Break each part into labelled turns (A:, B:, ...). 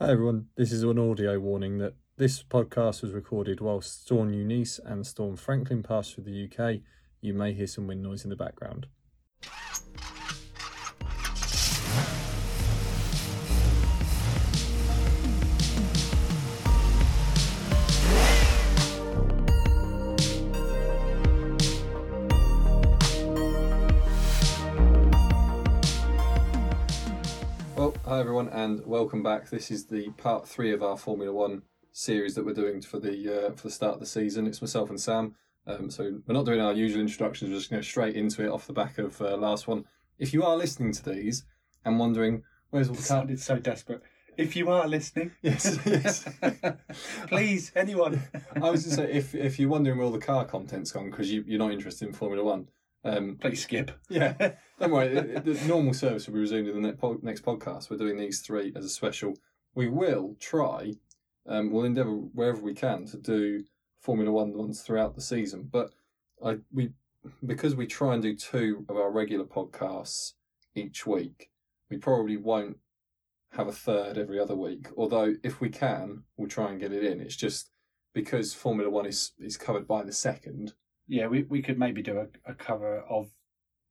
A: Hi everyone, this is an audio warning that this podcast was recorded whilst Storm Eunice and Storm Franklin passed through the UK. You may hear some wind noise in the background. Well, hi everyone, and welcome back. This is the part three of our Formula One series that we're doing for the uh, for the start of the season. It's myself and Sam. Um, so we're not doing our usual introductions. We're just going straight into it off the back of uh, last one. If you are listening to these and wondering where's all the car-
B: sounded so desperate. If you are listening,
A: yes, yes.
B: please, anyone.
A: I was just say if if you're wondering where all the car content's gone because you, you're not interested in Formula One. Um,
B: Please skip.
A: yeah, Don't worry, the, the normal service will be resumed in the ne- po- next podcast. We're doing these three as a special. We will try, um, we'll endeavour wherever we can to do Formula One ones throughout the season. But I we because we try and do two of our regular podcasts each week, we probably won't have a third every other week. Although if we can, we'll try and get it in. It's just because Formula One is is covered by the second.
B: Yeah, we, we could maybe do a, a cover of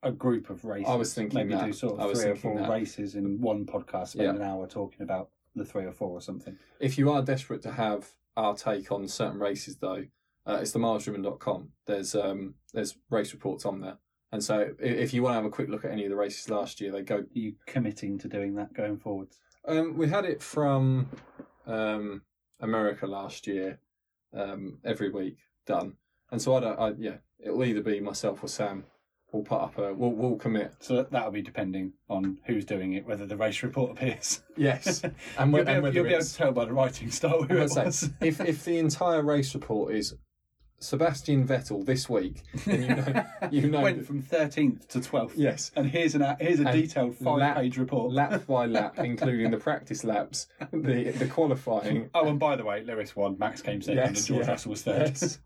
B: a group of races.
A: I was thinking
B: maybe
A: that.
B: do sort
A: I
B: of
A: was
B: three or
A: thinking
B: four
A: that.
B: races in one podcast, spend
A: Yeah.
B: an hour talking about the three or four or something.
A: If you are desperate to have our take on certain races, though, uh, it's themilestruman.com. There's um, there's race reports on there, and so i- if you want to have a quick look at any of the races last year, they go.
B: Are you committing to doing that going forwards?
A: Um, we had it from um, America last year, um, every week done, and so I don't. I, yeah, it'll either be myself or Sam. We'll put up a. We'll, we'll commit.
B: So that, that'll be depending on who's doing it, whether the race report appears.
A: Yes,
B: you'll
A: and,
B: be
A: we- and
B: able,
A: whether
B: you'll be able
A: it's-
B: to tell by the writing style who
A: I'd
B: it
A: say,
B: was.
A: if if the entire race report is Sebastian Vettel this week, then you know you know
B: went
A: that-
B: from 13th to 12th.
A: yes,
B: And here's an a- here's a
A: And
B: detailed
A: lap-
B: five page report.
A: lap by lap, including the practice laps, the the qualifying.
B: Oh, and by the way, Lewis won. Max came second,
A: Yes,
B: and George
A: yeah.
B: Russell was third.
A: Yes.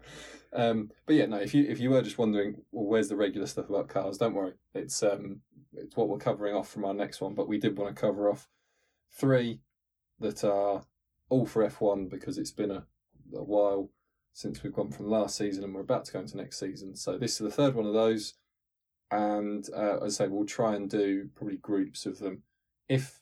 A: Um, but yeah, no. If you if you were just wondering, well, where's the regular stuff about cars? Don't worry, it's um it's what we're covering off from our next one. But we did want to cover off three that are all for F one because it's been a, a while since we've gone from last season and we're about to go into next season. So this is the third one of those, and uh, as I say, we'll try and do probably groups of them. If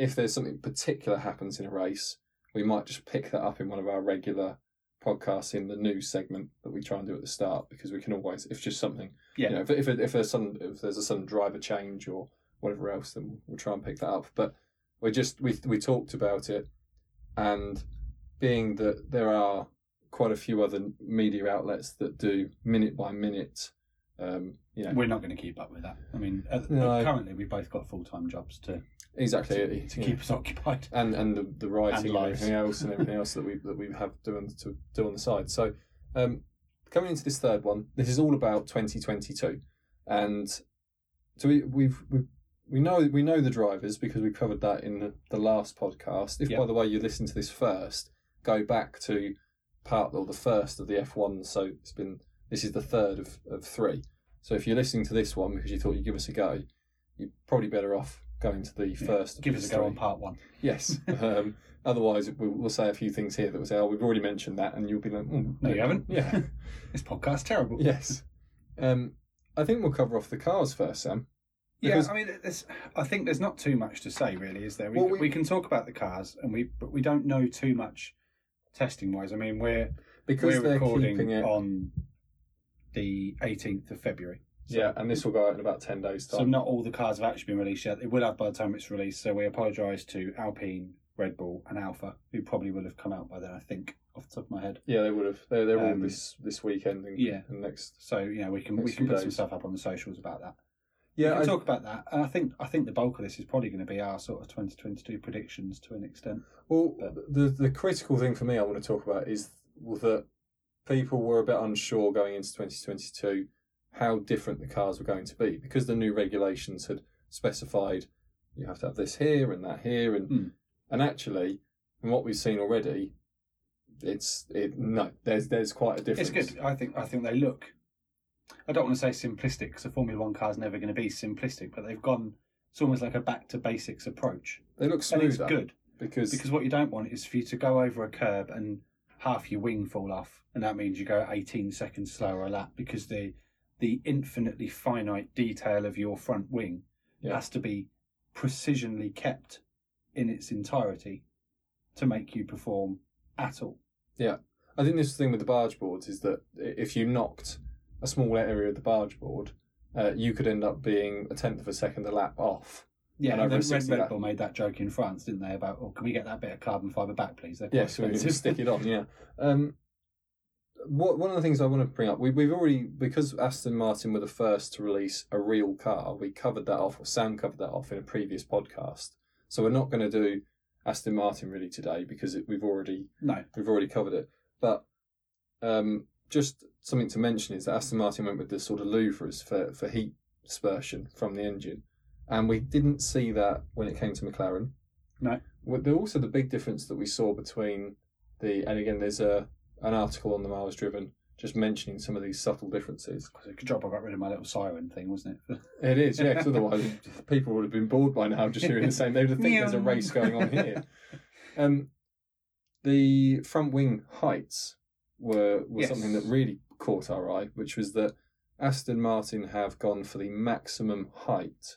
A: if there's something particular happens in a race, we might just pick that up in one of our regular podcast in the news segment that we try and do at the start because we can always if just something
B: Yeah.
A: you know if if, if there's some if there's a sudden driver change or whatever else then we'll try and pick that up but we just we we talked about it and being that there are quite a few other media outlets that do minute by minute um you know
B: We're not going to keep up with that. I mean, at,
A: No.
B: currently we've both got full time jobs to
A: exactly
B: to
A: yeah.
B: keep us occupied.
A: and and the, the writing and,
B: lives.
A: everything else and everything else that we that we have doing to do on the side. So um, coming into this third one, this is all about 2022, and so we we've, we we know we know the drivers because we covered that in the, the last podcast. If
B: Yeah.
A: by the way you listen to this first, go back to part or the first of the F1. So it's been this is the third of, of three. So if you're listening to this one because you thought you'd give us a go, you're probably better off going to the first. of
B: Give us
A: these
B: a go
A: three.
B: on part one.
A: Yes. Um, otherwise, we'll, we'll say a few things here that we'll say, oh, we've already mentioned that, and you'll be like, mm,
B: No, you haven't.
A: Yeah.
B: this podcast's terrible.
A: yes. Um, I think we'll cover off the cars first, Sam. Because-
B: yeah. uh, I mean, there's, I think there's not too much to say really, is there? We,
A: Well, we-
B: we... can talk about the cars, and we but we don't know too much testing wise. I mean, we're
A: Because
B: we're
A: they're
B: recording
A: keeping it.
B: on the 18th of February.
A: yeah, and this will go out in about 10 days'
B: So
A: time.
B: not all the cars have actually been released yet. It will have by the time it's released. So we apologise to Alpine, Red Bull, and Alpha, who probably will have come out by then. I think off the top of my head.
A: yeah, they would have. They're, they're all
B: Um,
A: this, this weekend and,
B: yeah.
A: and next.
B: So yeah, we can we
A: Next
B: can
A: few
B: put some
A: days.
B: stuff up on the socials about that. we
A: Yeah,
B: can
A: I,
B: talk about that. And I think I think the bulk of this is probably going to be our sort of 2022 predictions to an extent.
A: Well, the the critical thing for me I want to talk about is that people were a bit unsure going into 2022 how different the cars were going to be because the new regulations had specified you have to have this here and that here and
B: Hmm.
A: and actually from what we've seen already it's it no there's there's quite a difference.
B: It's good. I think I think they look. I don't want to say simplistic because a Formula One car is never going to be simplistic, but they've gone. It's almost like a back to basics approach,
A: They look
B: and it's
A: smoother.
B: good.
A: because,
B: Because what you don't want is for you to go over a curb and half your wing fall off, and that means you go 18 seconds slower a lap because the the infinitely finite detail of your front wing
A: Yeah.
B: has to be precisionly kept in its entirety to make you perform at all.
A: I think this thing with the barge boards is that i- if you knocked a small area of the barge board, uh, you could end up being a tenth of a second a lap off.
B: Yeah,
A: And
B: and,
A: over
B: then
A: a
B: Red
A: 60
B: Red
A: lap.
B: Bull made that joke in France, didn't they? About, oh, can we get that bit of carbon fibre back, please? They're quite
A: Yeah, so we
B: expensive."
A: just stick it on. Yeah. Um, what, one of the things I want to bring up, we, we've already because Aston Martin were the first to release a real car. We covered that off, or Sam covered that off in a previous podcast. So we're not going to do Aston Martin really today because it, we've already
B: no,
A: we've already covered it. But um, just something to mention is that Aston Martin went with the sort of louvres for, for heat dispersion from the engine. And we didn't see that when it came to McLaren.
B: No.
A: Well, there also the big difference that we saw between the and again there's a an article on the miles driven just mentioning some of these subtle differences.
B: because good job I got rid of my little siren thing, wasn't it?
A: It is, yeah, 'cause otherwise people would have been bored by now just hearing the same. They would have think there's a race going on here. Um, the front wing heights were, were
B: Yes.
A: something that really caught our eye, which was that Aston Martin have gone for the maximum height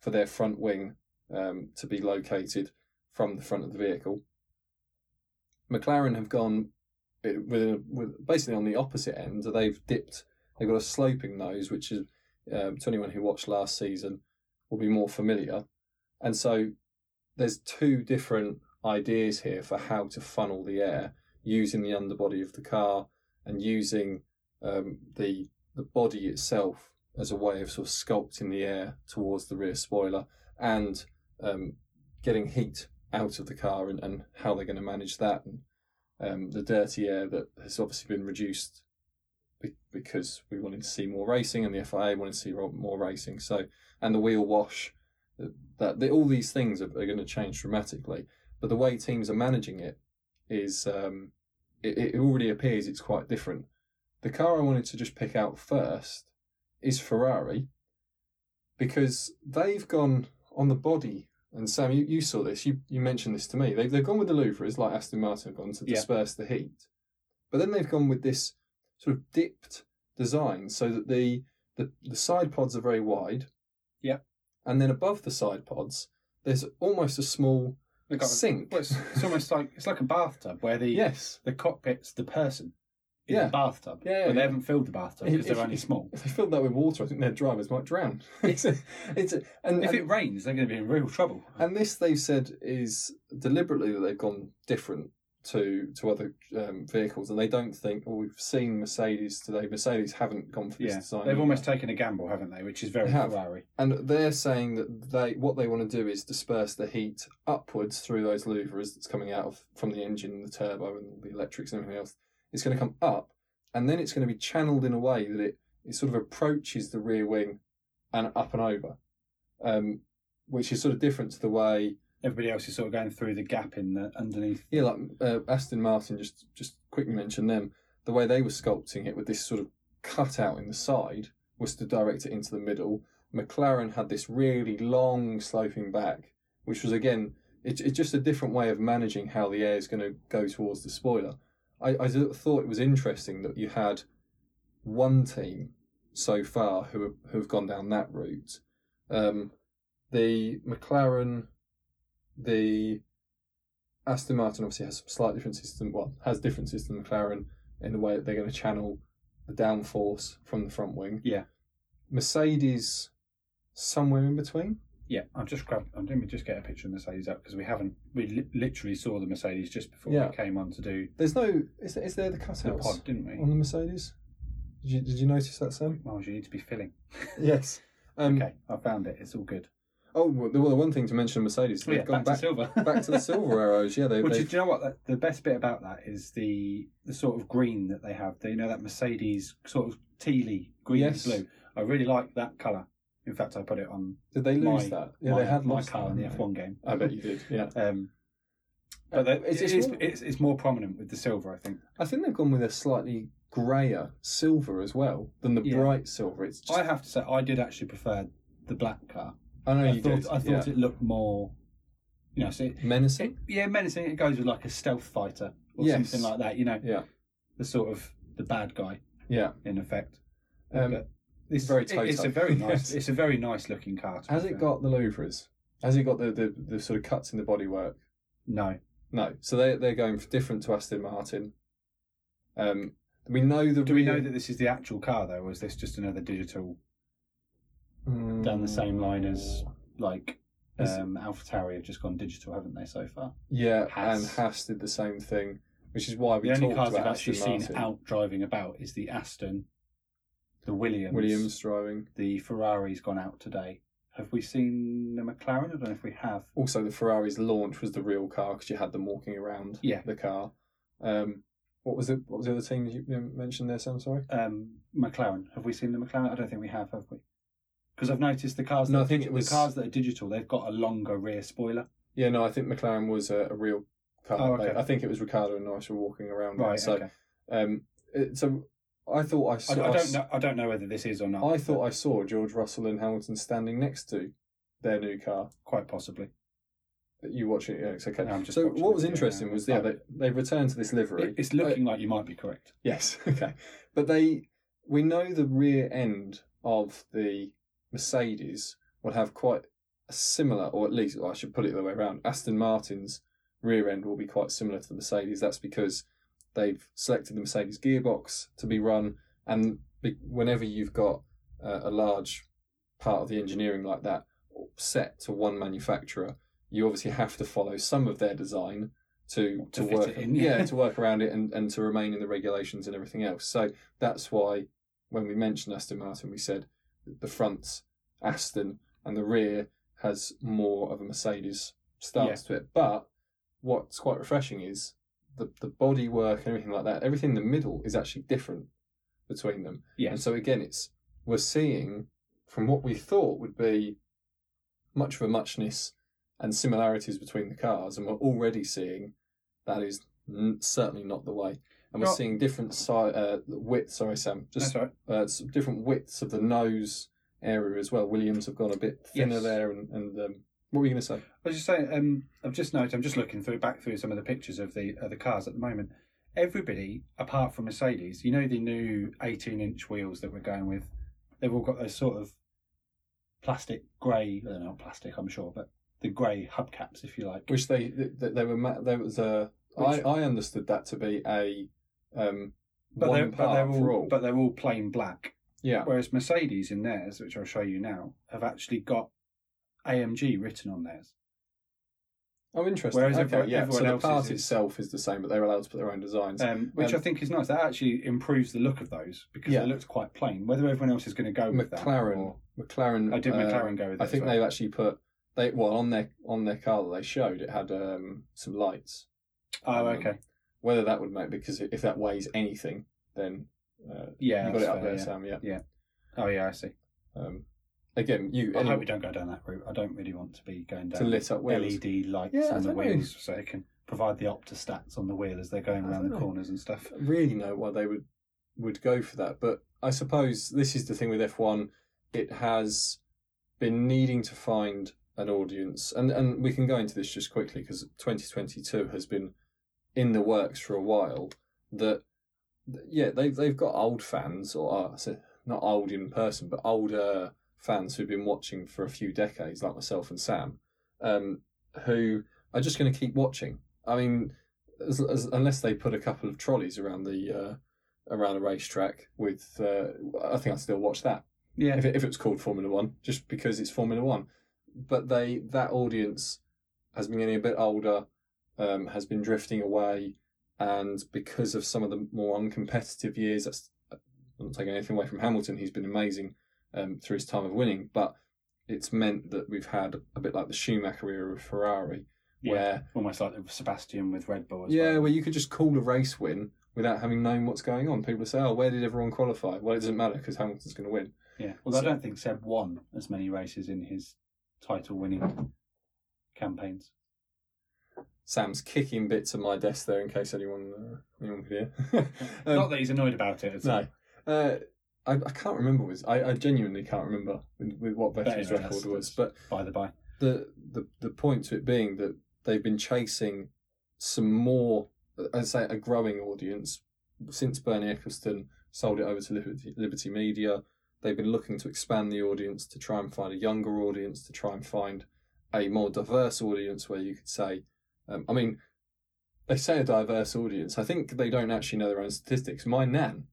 A: for their front wing um, to be located from the front of the vehicle. McLaren have gone eh, with, with basically on the opposite end. They've dipped. They've got a sloping nose, which is um, to anyone who watched last season will be more familiar. And so there's two different ideas here for how to funnel the air using the underbody of the car and using um, the the body itself as a way of sort of sculpting the air towards the rear spoiler and um, getting heat out of the car and, and how they're going to manage that and um, the dirty air that has obviously been reduced be- because we wanted to see more racing and the FIA wanted to see ro- more racing. So and the wheel wash, that, that that- all these things are, are going to change dramatically. But the way teams are managing it is um, it, it already appears it's quite different. The car I wanted to just pick out first is Ferrari because they've gone on the body. And Sam, you, you saw this. You you mentioned this to me. They've they've gone with the louvres like Aston Martin have gone to
B: Yeah.
A: disperse the heat, but then they've gone with this sort of dipped design so that the the, the side pods are very wide.
B: Yep.
A: And then above the side pods, there's almost a small
B: They got-
A: sink.
B: Well, it's, it's almost like it's like a bathtub where the
A: yes.
B: the cockpit's the person in
A: Yeah.
B: the bathtub,
A: Yeah, yeah,
B: but
A: yeah.
B: they haven't filled the bathtub
A: If-
B: because they're
A: if-
B: only small.
A: If they filled that with water, I think their drivers might drown. it's a, it's a, and,
B: If
A: and,
B: it rains, they're going to be in real trouble.
A: and this they've said is deliberately that they've gone different to to other um, vehicles, and they don't think. Well, we've seen Mercedes today. Mercedes haven't gone for this
B: yeah,
A: design.
B: they've
A: either.
B: almost taken a gamble, haven't they? Which is very
A: They have.
B: Ferrari.
A: And they're saying that they what they want to do is disperse the heat upwards through those louvres that's coming out of from the engine, and the turbo, and the electrics and everything else. It's going to come up, and then it's going to be channeled in a way that it, it sort of approaches the rear wing and up and over, um, which is sort of different to the way
B: Everybody else is sort of going through the gap in the underneath.
A: yeah, like uh, Aston Martin. Just just quickly mention them. The way they were sculpting it with this sort of cutout in the side was to direct it into the middle. McLaren had this really long sloping back, which was again, it, it's just a different way of managing how the air is going to go towards the spoiler. I, I th- thought it was interesting that you had one team so far who have, who have gone down that route. Um, the McLaren, the Aston Martin obviously has some slight differences than well has differences than McLaren in the way that they're going to channel the downforce from the front wing.
B: Yeah.
A: Mercedes somewhere in between.
B: Yeah, I'm just grab. I'm going to just get a picture of Mercedes up because we haven't. We li- literally saw the Mercedes just before
A: Yeah.
B: we came on to do
A: There's no is there, is there the cutouts
B: the pod, didn't we?
A: on the Mercedes? Did you, did you notice that, Sam?
B: Miles, you need to be filling.
A: Yes. Um,
B: okay, I found it. It's all good.
A: Oh, well, the, well, the one thing to mention Mercedes,
B: Oh,
A: they've
B: yeah,
A: gone
B: back,
A: back
B: to silver.
A: back to the silver arrows. Yeah, they,
B: Which
A: they
B: is, do you know what? That, the best bit about that is the the sort of green that they have. They, you know that Mercedes sort of tealy green
A: Yes.
B: and blue. I really like that colour. In fact, I put it on
A: did they lose
B: my-
A: that? Yeah,
B: my,
A: they had
B: my
A: lost
B: car
A: that,
B: in the
A: hadn't
B: F
A: they? Uh,
B: one game.
A: I bet you did. Yeah,
B: Um, but they,
A: It's-
B: it's,
A: it's
B: it's,
A: more-
B: it's, it's more prominent with the silver, I think.
A: I think they've gone with a slightly grayer silver as well than the
B: Yeah.
A: bright silver. It's just,
B: I have to say, I did actually prefer the black car.
A: I know
B: I
A: you
B: thought
A: did.
B: I
A: yeah.
B: thought it looked more You know, so it,
A: menacing.
B: it, yeah, menacing. It goes with like a stealth fighter or
A: Yes.
B: something like that. You know,
A: Yeah,
B: the sort of the bad guy
A: yeah.
B: in effect.
A: Um,
B: But
A: it's very
B: it- it's
A: Toto.
B: a very nice.
A: Yes.
B: It's a very nice looking car. to be
A: has it
B: fair.
A: got the louvres? Has it got the, the, the sort of cuts in the bodywork?
B: No.
A: No. So they they're going for different to Aston Martin. Um, we know the
B: Do we
A: rear-
B: know that this is the actual car though, or is this just another digital
A: Mm.
B: down the same line as like
A: Is-
B: um, AlphaTauri have just gone digital, haven't they so far?
A: Yeah,
B: Haas.
A: and Haas did the same thing, which is why we
B: the only
A: talked
B: cars I've
A: about
B: actually
A: Aston Martin.
B: seen out driving about is the Aston, the Williams.
A: Williams driving.
B: The Ferrari's gone out today. Have we seen the McLaren? I don't know if we have.
A: Also, the Ferrari's launch was the real car because you had them walking around
B: Yeah.
A: the car. Um, what was it? What was the other team you you mentioned there, Sam? Sorry.
B: Um, McLaren. Have we seen the McLaren? I don't think we have, have we? Because I've noticed the cars.
A: No,
B: that
A: I think
B: are
A: it
B: digi-
A: was-
B: the cars that are digital. They've got a longer rear spoiler.
A: Yeah, no, I think McLaren was a, a real car.
B: Oh, okay.
A: I think it was Ricardo and Norris were walking around.
B: Right.
A: So,
B: okay.
A: um, it, so I thought I
B: I,
A: saw.
B: I don't know. I don't know whether this is or not.
A: I thought
B: but
A: I saw George Russell and Hamilton standing next to their new car.
B: quite possibly.
A: You watch it? Yeah, it's okay.
B: No, I'm just
A: so
B: watching
A: what
B: the
A: was
B: video
A: interesting
B: now.
A: was yeah,
B: Oh.
A: they they returned to this livery.
B: It- it's looking like you might be correct.
A: Yes, okay. But they, we know the rear end of the Mercedes will have quite a similar, or at least or I should put it the way around. Aston Martin's rear end will be quite similar to the Mercedes. That's because they've selected the Mercedes gearbox to be run, and be- whenever you've got uh, a large part of the engineering like that set to one manufacturer, you obviously have to follow some of their design to to,
B: To fit
A: work
B: it in,
A: yeah
B: yeah.
A: to work around it and, and to remain in the regulations and everything else. So that's why when we mentioned Aston Martin, we said the front's Aston and the rear has more of a Mercedes stance to it. But what's quite refreshing is the the body work and everything like that. Everything in the middle is actually different between them. And
B: Yes.
A: so again, it's we're seeing from what we thought would be much of a muchness and similarities between the cars, and we're already seeing that is n- certainly not the way. And we're
B: Well-
A: seeing different si- uh, width. Sorry, Sam.
B: That's
A: Just
B: right.
A: uh, s- different widths of the nose area as well. Williams have gone a bit thinner
B: Yes.
A: there, and, and um, what were you going to say?
B: I was just saying, um, I've just noticed. I'm just looking through back through some of the pictures of the of the cars at the moment. Everybody, apart from Mercedes, you know the new 18 inch wheels that we're going with. They've all got those sort of plastic grey. They're not plastic, I'm sure, but the grey hubcaps, if you like.
A: Which they th- th- they were ma- there was a I,
B: Which-
A: I understood that to be a um,
B: But
A: one
B: they're,
A: part
B: but they're all,
A: for all.
B: but they're all plain black.
A: yeah,
B: Whereas Mercedes in theirs, which I'll show you now, have actually got AMG written on theirs.
A: Oh, interesting.
B: Whereas
A: okay,
B: everyone-
A: yeah.
B: everyone
A: so the
B: else's
A: part
B: is-
A: itself is the same, but they're allowed to put their own designs.
B: um, which
A: Um,
B: I think is nice. That actually improves the look of those because
A: Yeah.
B: they looked quite plain. Whether everyone else is going to go with that,
A: McLaren,
B: or-
A: McLaren.
B: I did
A: uh,
B: McLaren go with. That
A: I think
B: as well.
A: they've actually put they well on their on their car that they showed. It had um, some lights.
B: Oh,
A: um,
B: okay.
A: Whether that would make because if that weighs anything, then uh,
B: Yeah,
A: you got it
B: that's
A: up
B: fair,
A: there,
B: yeah.
A: Sam. Yeah.
B: Oh, yeah, I see.
A: Um, again, you
B: I hope
A: any-
B: we don't go down that route. I don't really want to be going down E
A: to lit up wheels.
B: LED lights
A: Yeah, I
B: on the
A: don't know.
B: wheels, so it can provide the optostats on the wheel as they're going
A: I
B: around
A: don't
B: the
A: know.
B: corners and stuff.
A: really know why they would would go for that. But I suppose this is the thing with F one; it has been needing to find an audience, and and we can go into this just quickly because 2022 has been in the works for a while. That yeah, they've they've got old fans, or uh, so not old in person, but older fans who've been watching for a few decades, like myself and Sam, um, who are just going to keep watching. I mean, as, as, unless they put a couple of trolleys around the uh, around the racetrack with, uh, I think I'd still watch that
B: Yeah,
A: if it, if it was called Formula One, just because it's Formula One. But they that audience has been getting a bit older, um, has been drifting away, and because of some of the more uncompetitive years, that's I'm not taking anything away from Hamilton. He's been amazing um, through his time of winning, but it's meant that we've had a bit like the Schumacher era of Ferrari,
B: yeah.
A: where
B: almost like the Sebastian with Red Bull. As
A: yeah,
B: well.
A: well, you could just call a race win without having known what's going on. People say, "Oh, where did everyone qualify?" Well, it doesn't matter because Hamilton's going to win.
B: yeah. Although
A: So-
B: I don't think Seb won as many races in his title-winning campaigns.
A: Sam's kicking bits of my desk there in case anyone uh, anyone could hear. Um,
B: Not that he's annoyed about it. At all.
A: no, uh, I, I can't remember. Was I, I genuinely can't remember with, with what
B: But
A: Vettel's
B: anyway,
A: record
B: that's-
A: was,
B: that's
A: but
B: by the by.
A: the the the point to it being that they've been chasing some more, I'd say, a growing audience since Bernie Eccleston sold it over to Liberty, Liberty Media. They've been looking to expand the audience to try and find a younger audience, to try and find a more diverse audience where you could say, um, I mean, they say a diverse audience. I think they don't actually know their own statistics. My nan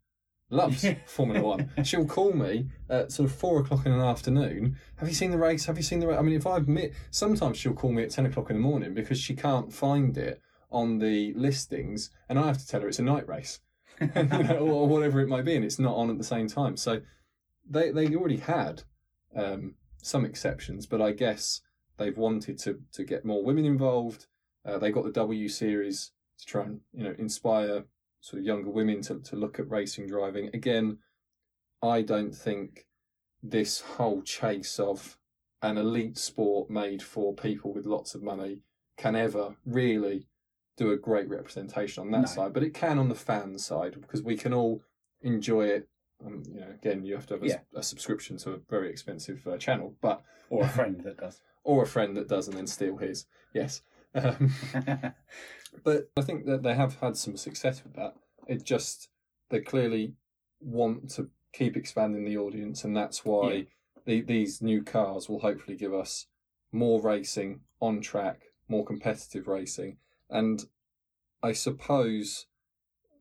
A: loves Formula One. She'll call me at sort of four o'clock in the afternoon. Have you seen the race? Have you seen the race? I mean, if I've mi sometimes she'll call me at 10 o'clock in the morning because she can't find it on the listings and I have to tell her it's a night race you know, or, or whatever it might be and it's not on at the same time. So they, they already had um, some exceptions, but I guess they've wanted to, to get more women involved. Uh, they got the W Series to try and you know inspire sort of younger women to, to look at racing driving. Again, I don't think this whole chase of an elite sport made for people with lots of money can ever really do a great representation on that
B: No.
A: side, but it can on the fan side because we can all enjoy it. Um, you know, again, you have to have a, s- a subscription to a very expensive uh, channel, but
B: or a friend that does.
A: or a friend that does and then steal his. Yes. Um, but I think that they have had some success with that. It just they clearly want to keep expanding the audience, and that's why
B: Yeah.
A: the, these new cars will hopefully give us more racing on track, more competitive racing, and I suppose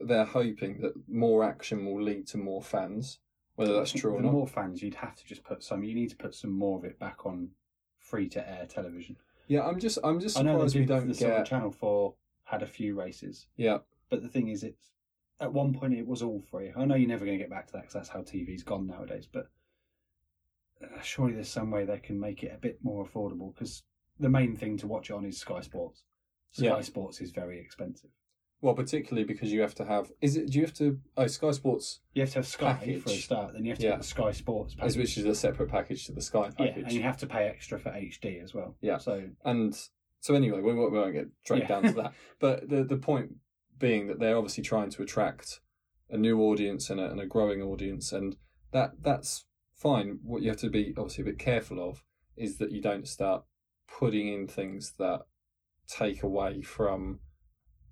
A: they're hoping that more action will lead to more fans, whether that's true or
B: the
A: not.
B: more fans, you'd have to just put some. You need to put some more of it back on free to air television.
A: yeah, I'm just I'm just
B: I know
A: surprised
B: they
A: we
B: did,
A: don't
B: the
A: get
B: sort of Channel Four had a few races,
A: yeah
B: but the thing is, it's at one point it was all free. I know you're never going to get back to that because that's how TV's gone nowadays. But uh, surely there's some way they can make it a bit more affordable because the main thing to watch it on is Sky Sports. Sky
A: Yeah.
B: Sports is very expensive.
A: Well, particularly because you have to have. Is it? Do you have to? Oh, Sky Sports,
B: You have to have Sky for a
A: Package.
B: start, then you have to
A: Yeah.
B: have the Sky Sports
A: as which is a separate package to the Sky
B: yeah, and
A: package.
B: you have to pay extra for HD as well.
A: Yeah.
B: So
A: And so anyway, we won't, we won't get dragged
B: Yeah.
A: down to that. But the the point being that they're obviously trying to attract a new audience and a, and a growing audience, and that that's fine. What you have to be obviously a bit careful of is that you don't start putting in things that take away from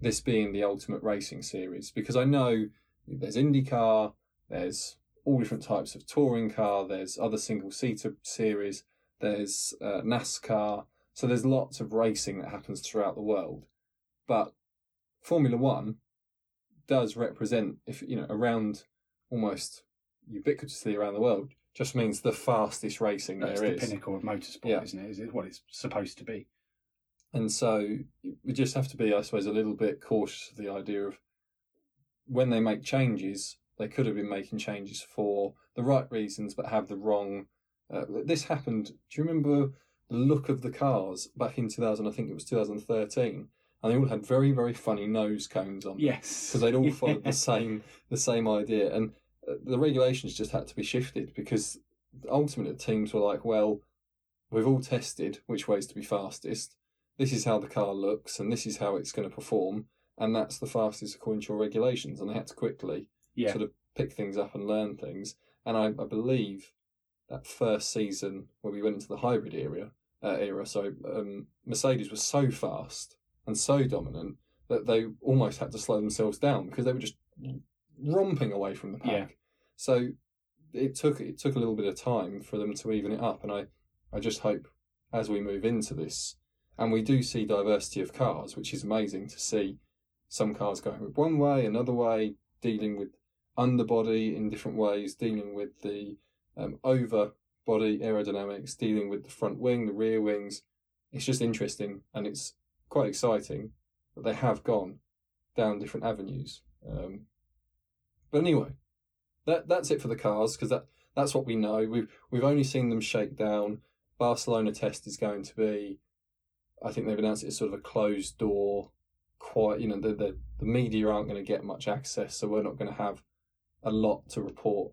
A: this being the ultimate racing series because I know there's IndyCar, there's all different types of touring car, there's other single seater series, there's uh, NASCAR, so there's lots of racing that happens throughout the world, but Formula One does represent, if you know, around almost ubiquitously around the world, just means the fastest racing
B: that's
A: there
B: the
A: is.
B: pinnacle of motorsport,
A: Yeah.
B: isn't it? Is it what it's supposed to be?
A: And so we just have to be, I suppose, a little bit cautious of the idea of when they make changes, they could have been making changes for the right reasons, but have the wrong. Uh, this happened. Do you remember the look of the cars back in 2000? I think it was 2013, and they all had very, very funny nose cones on. them
B: Yes.
A: because Um, they'd all followed the same the same idea, and uh, the regulations just had to be shifted because ultimately the teams were like, well, we've all tested which way's to be fastest. This is how the car looks, and this is how it's going to perform, and that's the fastest according to your regulations. And they had to quickly
B: Yeah.
A: sort of pick things up and learn things. And I, I believe that first season when we went into the hybrid era, uh, era, so um, Mercedes was so fast and so dominant that they almost had to slow themselves down because they were just romping away from the pack.
B: Yeah.
A: So it took it took a little bit of time for them to even it up, and I, I just hope as we move into this, and we do see diversity of cars, which is amazing to see. Some cars going one way, another way, dealing with underbody in different ways, dealing with the um, over body aerodynamics, dealing with the front wing, the rear wings. It's just interesting and it's quite exciting that they have gone down different avenues. Um, but anyway, that that's it for the cars because that that's what we know. We've we've only seen them shake down. Barcelona test is going to be, I think they've announced it as sort of a closed door. Quite, you know, the the, the media aren't going to get much access, so we're not going to have a lot to report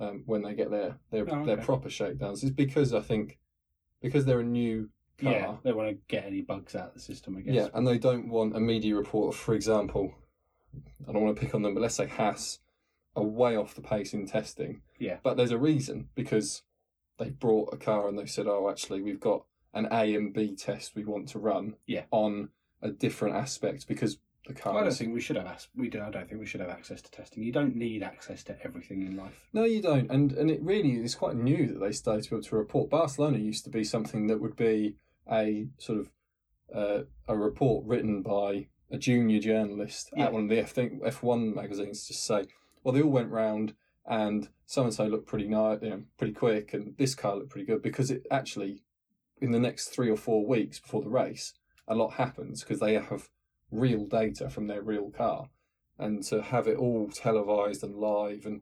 A: um, when they get their their,
B: Oh,
A: their
B: okay.
A: proper shakedowns. It's because I think because they're a new car.
B: Yeah, they want to get any bugs out of the system, I guess.
A: Yeah, and they don't want a media report of, for example, I don't want to pick on them, but let's say Haas are way off the pace in testing.
B: Yeah.
A: But there's a reason because they brought a car and they said, oh, actually, we've got an A and B test we want to run
B: Yeah.
A: on a different aspect because the car
B: I don't think we should have. Asked, we do. I don't think we should have access to testing. You don't need access to everything in life.
A: No, you don't. And and it really is quite new that they started to be able to report. Barcelona used to be something that would be a sort of uh, a report written by a junior journalist
B: Yeah.
A: at one of the F thing, F1 magazines to say, well, they all went round and so and so looked pretty nice, you know, pretty quick, and this car looked pretty good because it actually, in the next three or four weeks before the race, a lot happens because they have real data from their real car, and to have it all televised and live and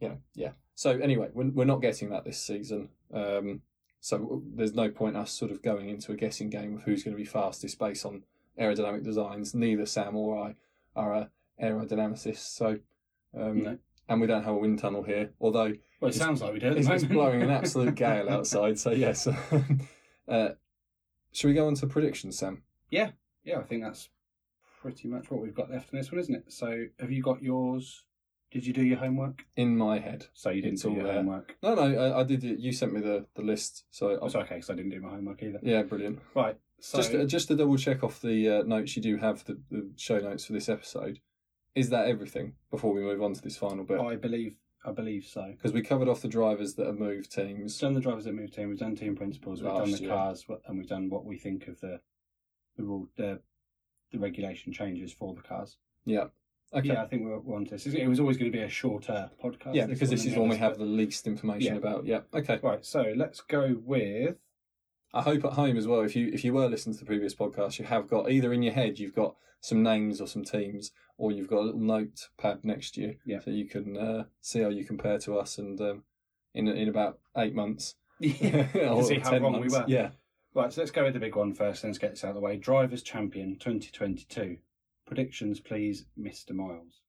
A: you know, yeah. So anyway, we're, we're not getting that this season. Um, so there's no point us sort of going into a guessing game of who's going to be fastest based on aerodynamic designs. Neither Sam or I are uh, aerodynamicists, so um,
B: No.
A: and we don't have a wind tunnel here. Although
B: Well, it
A: It's-
B: sounds like we do. At the
A: it's, it's
B: moment.
A: blowing an absolute gale outside, so yes. uh, should we go on to predictions, Sam?
B: Yeah, I think that's pretty much what we've got left in this one, isn't it? So, have you got yours? Did you do your homework?
A: In my head,
B: So you didn't
A: It's
B: do
A: all
B: your
A: there.
B: homework.
A: no, no, I, I did. it. You sent me the, the list, so I,
B: That's okay, because I didn't do my homework either.
A: yeah, brilliant.
B: Right. So
A: just just to double check off the uh, notes you do have the, the show notes for this episode. Is that everything before we move on to this final bit?
B: I believe, I believe so.
A: Because we covered off the drivers that have moved teams.
B: We've done the drivers that move team. We've done team principles. We've
A: Last
B: done the
A: year.
B: cars, wh- and we've done what we think of the the rule, the, the regulation changes for the cars.
A: Yeah. Okay.
B: Yeah, I think we're, we're on to this. It was always going to be a shorter podcast.
A: Yeah, because this
B: than
A: is
B: the
A: one we
B: others,
A: have
B: but-
A: the least information
B: Yeah.
A: about. Yeah. Okay.
B: Right. So let's go with.
A: I hope at home as well. If you if you were listening to the previous podcast, you have got either in your head you've got some names or some teams, or you've got a little notepad next to you,
B: Yeah.
A: so you can uh, see how you compare to us. And um, in in about eight months, or
B: see how
A: 10
B: wrong we
A: months.
B: were.
A: Yeah.
B: Right, so let's go with the big one first, then let's get this out of the way. Drivers Champion 2022. Predictions, please, Mr. Miles.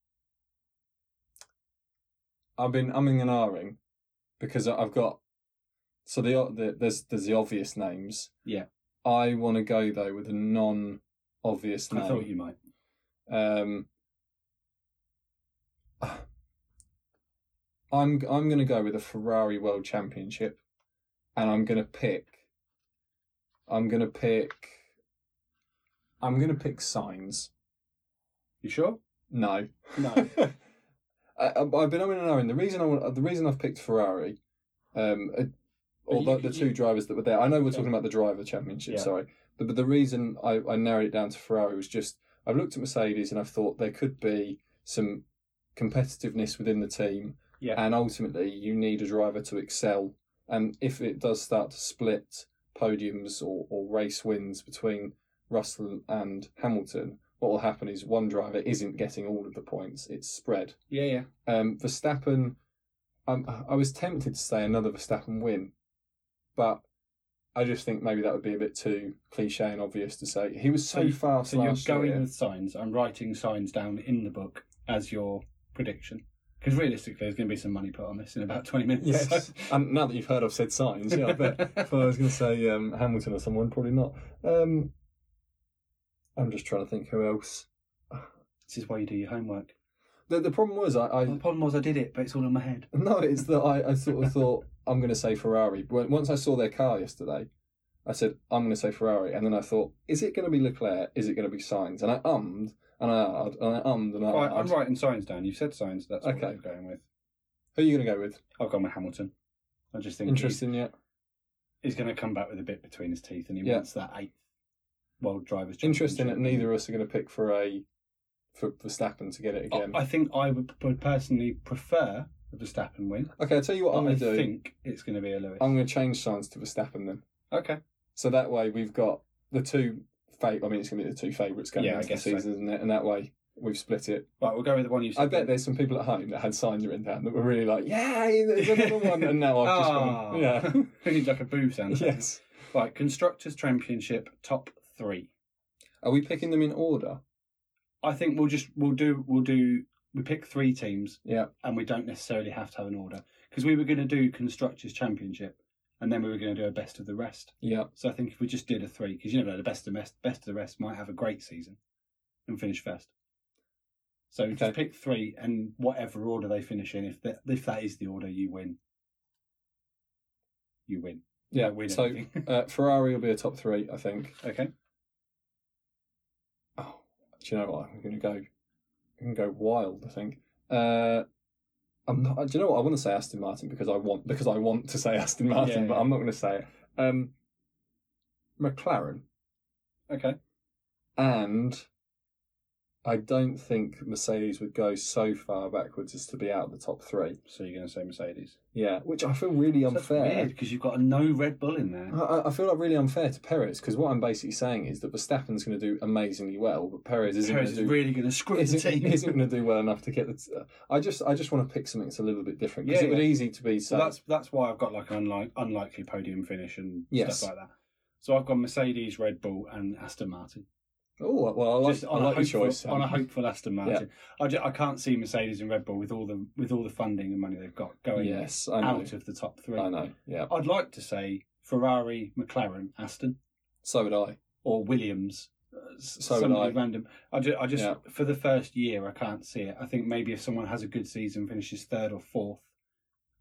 A: I've been umming and ahhing because I- I've got so the, the there's there's the obvious names.
B: Yeah.
A: I want to go though with a non-obvious
B: I thought
A: name.
B: you might.
A: Um, I'm I'm going to go with a Ferrari World Championship, and I'm going to pick. I'm going to pick. I'm going to pick signs.
B: You sure?
A: No.
B: No.
A: I, I- I've been on and on. and The reason I want, the reason I've picked Ferrari, um, uh, although the
B: you-
A: two drivers that were there, I know we're
B: Yeah.
A: talking about the driver championship.
B: Yeah.
A: Sorry, but, but the reason I, I narrowed it down to Ferrari was just I've looked at Mercedes and I've thought there could be some competitiveness within the team,
B: Yeah.
A: and ultimately you need a driver to excel. And if it does start to split podiums or, or race wins between Russell and Hamilton, what will happen is one driver isn't getting all of the points; it's spread.
B: yeah, yeah.
A: Um, Verstappen, um, I was tempted to say another Verstappen win, but I just think maybe that would be a bit too cliche and obvious to say. He was so,
B: So-
A: fast
B: So you're
A: last
B: going
A: year.
B: with signs. I'm writing signs down in the book as your prediction. Because realistically, there's going to be some money put on this in about 20 minutes.
A: Yes, Um, and now that you've heard I've said signs, yeah, I bet. if I was going to say um, Hamilton or someone, probably not. Um, I'm just trying to think who else.
B: this is why you do your homework.
A: The, the problem was I, I
B: Well, the problem was I did it, but it's all in my head.
A: No, it's that I, I sort of thought I'm going to say Ferrari. When, once I saw their car yesterday, I said I'm going to say Ferrari, and then I thought, is it going to be Leclerc? Is it going to be Sainz? And I ummed and I ahed, and I ummed and I.
B: Right, I'm
A: ahed.
B: writing signs down. You've said signs. That's what
A: Uh, Okay.
B: I'm going with.
A: Who are you going to go with?
B: I've gone with Hamilton. I just think he's-
A: Interesting, yeah.
B: he's going to come back with a bit between his teeth, and he
A: Yeah.
B: wants that eighth world drivers.
A: Interesting that
B: Championship.
A: neither of us are going to pick for a for Verstappen to get it again.
B: Oh, I I think I would, would personally prefer the Verstappen win.
A: okay, I'll tell you what I'm
B: I
A: going to do.
B: think it's going to be a Lewis.
A: I'm going to change Sainz to Verstappen then.
B: okay.
A: So that way we've got the two. Fa- I mean, it's going to be the two favourites going
B: Yeah, I
A: into the
B: guess so.
A: season, isn't it? And that way we've split it.
B: Right, we'll go with the one you said.
A: I bet there's some people at home that had signs written down that were really like, yeah, there's another one. And now I've just gone, yeah.
B: It's like a boo sound.
A: yes.
B: Right, Constructors' Championship top three.
A: Are we picking them in order?
B: I think we'll just, we'll do, we'll do, we pick three teams
A: Yeah.
B: and we don't necessarily have to have an order because we were going to do Constructors' Championship and then we were going to do a best of the rest.
A: Yeah.
B: So I think if we just did a three, because you never know, the best of the rest, best of the rest might have a great season and finish first. So
A: Okay.
B: just pick three and whatever order they finish in. If that if that is the order, you win. You win.
A: Yeah,
B: win
A: so-
B: anything.
A: Uh, Ferrari will be a top three, I think.
B: okay.
A: Oh, do you know what? I'm going to go. I'm going to go wild. I think. Uh, I'm not. Do you know what? I want to say Aston Martin because I want because I want to say Aston Martin,
B: Yeah,
A: but
B: yeah.
A: I'm not going to say it. Um, McLaren
B: Okay.
A: and. I don't think Mercedes would go so far backwards as to be out of the top three.
B: So you're going to say Mercedes?
A: Yeah, which I feel really unfair.
B: because you've got a no Red Bull in there.
A: I- I, I feel like really unfair to Perez because what I'm basically saying is that Verstappen's going to do amazingly well, but Perez isn't going
B: Perez
A: to
B: is
A: do
B: really going to screw the
A: isn't,
B: team.
A: isn't going to do well enough to get the. T- uh, I just I just want to pick something that's a little bit different because
B: Yeah,
A: it would
B: yeah.
A: easy to be
B: So
A: so.
B: that's that's why I've got like an unlike, unlikely podium finish and
A: Yes.
B: stuff like that. So I've got Mercedes, Red Bull, and Aston Martin.
A: oh well, I like,
B: Just
A: I like
B: a
A: your
B: hopeful,
A: choice. Um, Sam.
B: on a hopeful Aston Martin. I, ju- I can't see Mercedes and Red Bull with all the with all the funding and money they've got going
A: yes, I know.
B: out of the top three.
A: I know. Yeah,
B: I'd like to say Ferrari, McLaren, Aston,
A: so would I.
B: or Williams. uh, s-
A: So would
B: somebody
A: I.
B: random. I just, I just
A: Yeah.
B: for the first year, I can't see it. I think maybe if someone has a good season, finishes third or fourth,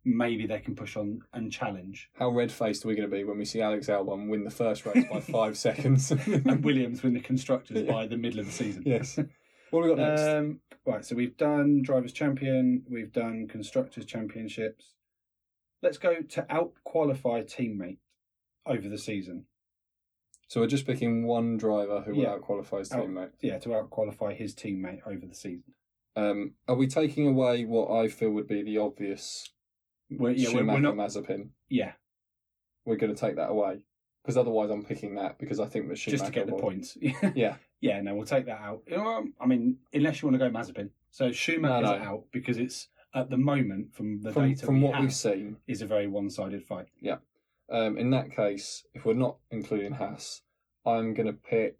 B: maybe they can push on and challenge.
A: How red faced are we going to be when we see Alex Albon win the first race by five seconds?
B: and Williams win the constructors
A: Yeah.
B: by the middle of the season.
A: yes. What have we got next?
B: Um, right, so we've done drivers' champion, we've done constructors' championships. Let's go to out qualify teammate over the season.
A: so we're just picking one driver who
B: yeah. Oh.
A: will outqualify his
B: Out-
A: teammate.
B: Yeah, to out qualify his teammate over the season.
A: Um, are we taking away what I feel would be the obvious
B: We're, yeah, we're,
A: Schumacher
B: we're not.
A: Mazepin?
B: Yeah,
A: We're going to take that away because otherwise I'm picking that because I think that Schumacher
B: just to get the
A: will-
B: points.
A: Yeah.
B: yeah. No, we'll take that out. Um, I mean, unless you want to go Mazepin. So Schumacher's
A: No, no.
B: out because it's at the moment from the
A: From,
B: data
A: from
B: we
A: what
B: have,
A: we've seen,
B: is a very one-sided fight.
A: Um, in that case, if we're not including Haas, I'm going to pick.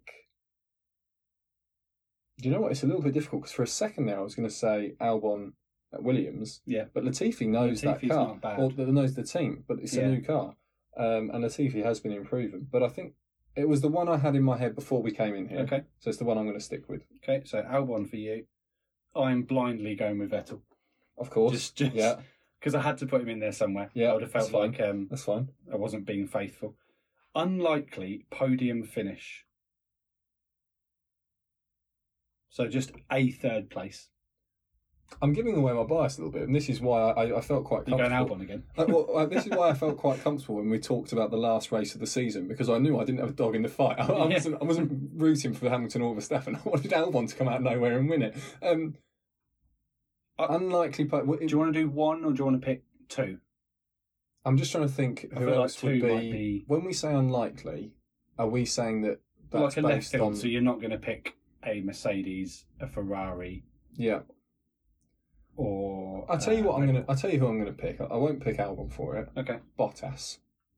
A: Do you know what? It's a little bit difficult because for a second there, I was going to say Albon at Williams.
B: Yeah.
A: But Latifi knows that
B: Latifi's
A: car.
B: not bad.
A: Or th- knows the team, but it's
B: Yeah.
A: a new car. Um, and Latifi has been improving. But I think it was the one I had in my head before we came in here.
B: Okay.
A: So it's the one I'm going to stick with.
B: Okay. So Albon for you. I'm blindly going with Vettel.
A: Of course.
B: Just, just,
A: Yeah,
B: because I had to put him in there somewhere.
A: Yeah,
B: I would have
A: that's
B: felt
A: fine.
B: like um,
A: that's fine.
B: I wasn't being faithful. Unlikely podium finish. So just a third place.
A: I'm giving away my bias a little bit, and this is why I, I- I felt quite
B: You're
A: comfortable.
B: going Albon again.
A: Uh, well, uh, this is why I felt quite comfortable when we talked about the last race of the season because I knew I didn't have a dog in the fight. I, I
B: Yeah.
A: wasn't, I wasn't rooting for Hamilton or Verstappen. I wanted Albon to come out of nowhere and win it. Um,
B: Uh,
A: unlikely, but w-
B: Do you want to do one or do you want to pick two?
A: I'm just trying to think
B: I
A: who
B: feel like
A: else would
B: two
A: be,
B: might be-
A: When we say unlikely, are we saying that that's
B: like a left
A: based
B: field,
A: on?
B: so you're not going to pick a Mercedes, a Ferrari,
A: Yeah,
B: or.
A: I'll tell you
B: uh,
A: what I'm
B: Red
A: gonna. I'll tell you who I'm gonna pick. I, I won't pick Albon for it.
B: Bull. Okay.
A: Bottas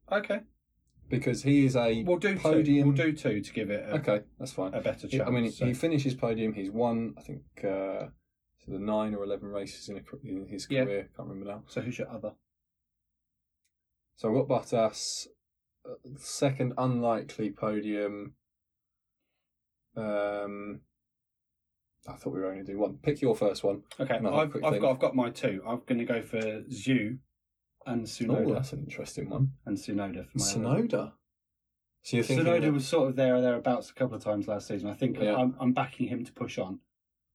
B: Okay.
A: because he is a
B: We'll do
A: podium.
B: two. We'll do two to give it a,
A: okay, that's fine.
B: a better
A: Yeah,
B: chance.
A: I mean,
B: so-
A: he finishes podium. He's won, I think, uh, so the nine or eleven races in, a, car- in his
B: Yeah.
A: career. Can't remember now.
B: so who's your other?
A: So I've got Bottas, uh, second unlikely podium. Um, I thought we were only do one. Pick your first one.
B: Okay,
A: Another
B: I've,
A: quick
B: I've
A: thing.
B: got I've got my two. I'm going to go for Zhu and
A: Oh,
B: Sunoda
A: that's an interesting one.
B: and Sunoda for my. other-
A: Sonoda. So you're thinking
B: Sunoda
A: that-
B: was sort of there or thereabouts a couple of times last season. I think
A: Yeah.
B: I'm I'm backing him to push on,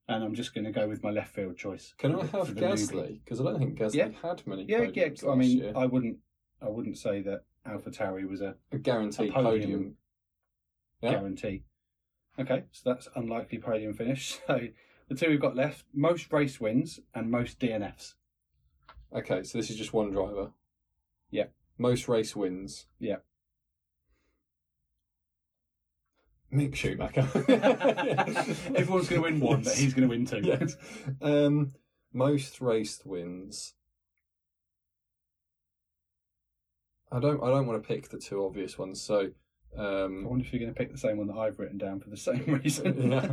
B: and I'm just going to go with my left field choice.
A: Can
B: for
A: I
B: the-
A: have
B: for the newbie.
A: Gasly? Because I don't think Gasly
B: Yeah.
A: had many.
B: Yeah, yeah.
A: podiums
B: I
A: last
B: mean,
A: year.
B: I wouldn't I wouldn't say that Alpha was a
A: a guaranteed
B: a podium.
A: podium. Yeah.
B: guarantee. Okay, so that's unlikely podium finish. So the two we've got left: most race wins and most DNFs.
A: Okay, so this is just one driver.
B: Yeah.
A: Most race wins.
B: Yeah.
A: Mick Schumacher.
B: Everyone's going to win one, but
A: Yes.
B: he's going to win two.
A: Yes. Um, most race wins. I don't. I don't want to pick the two obvious ones. So,
B: I
A: um,
B: wonder if you're going to pick the same one that I've written down for the same reason.
A: yeah.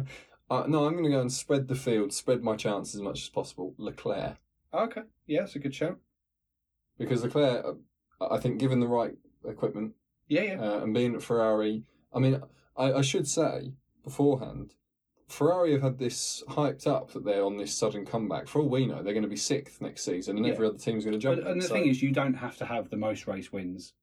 A: Uh, no, I'm going to go and spread the field, spread my chances as much as possible. Leclerc.
B: Okay. Yeah, it's a good show.
A: because Leclerc, uh, I think, given the right equipment
B: Yeah, yeah.
A: uh, and being at Ferrari, I mean, I, I should say beforehand, Ferrari have had this hyped up that they're on this sudden comeback. For all we know, they're going to be sixth next season, and
B: Yeah.
A: every other team's going to jump.
B: but, and
A: them,
B: the
A: so-
B: thing is, you don't have to have the most race wins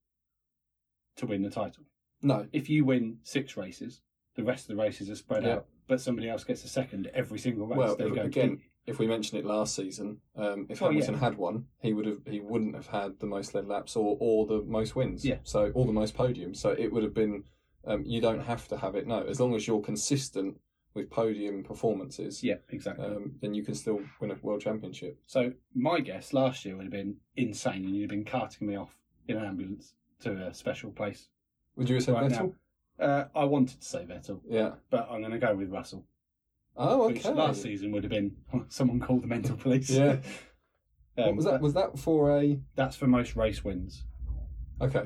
B: to win the title.
A: No,
B: If you win six races, the rest of the races are spread
A: Yeah.
B: out, but somebody else gets a second every single race.
A: Well,
B: they
A: if-
B: go
A: again, if we mentioned it last season, um, if
B: Well,
A: Hamilton had one, he would have he wouldn't have had the most led laps or, or the most wins.
B: Yeah.
A: So or the most podiums. So it would have been um, you don't have to have it. No, as long as you're consistent with podium performances,
B: yeah, exactly.
A: um, then you can still win a world championship.
B: So my guess last year would have been insane, and you'd have been carting me off in an ambulance to a special place.
A: Would you have said
B: Right
A: Vettel?
B: Uh, I wanted to say Vettel,
A: Yeah.
B: but I'm going to go with Russell,
A: Oh,
B: which
A: okay.
B: last season would have been someone called the mental police.
A: Yeah.
B: um,
A: what was that?
B: but
A: Was that for a?
B: that's for most race wins.
A: Okay.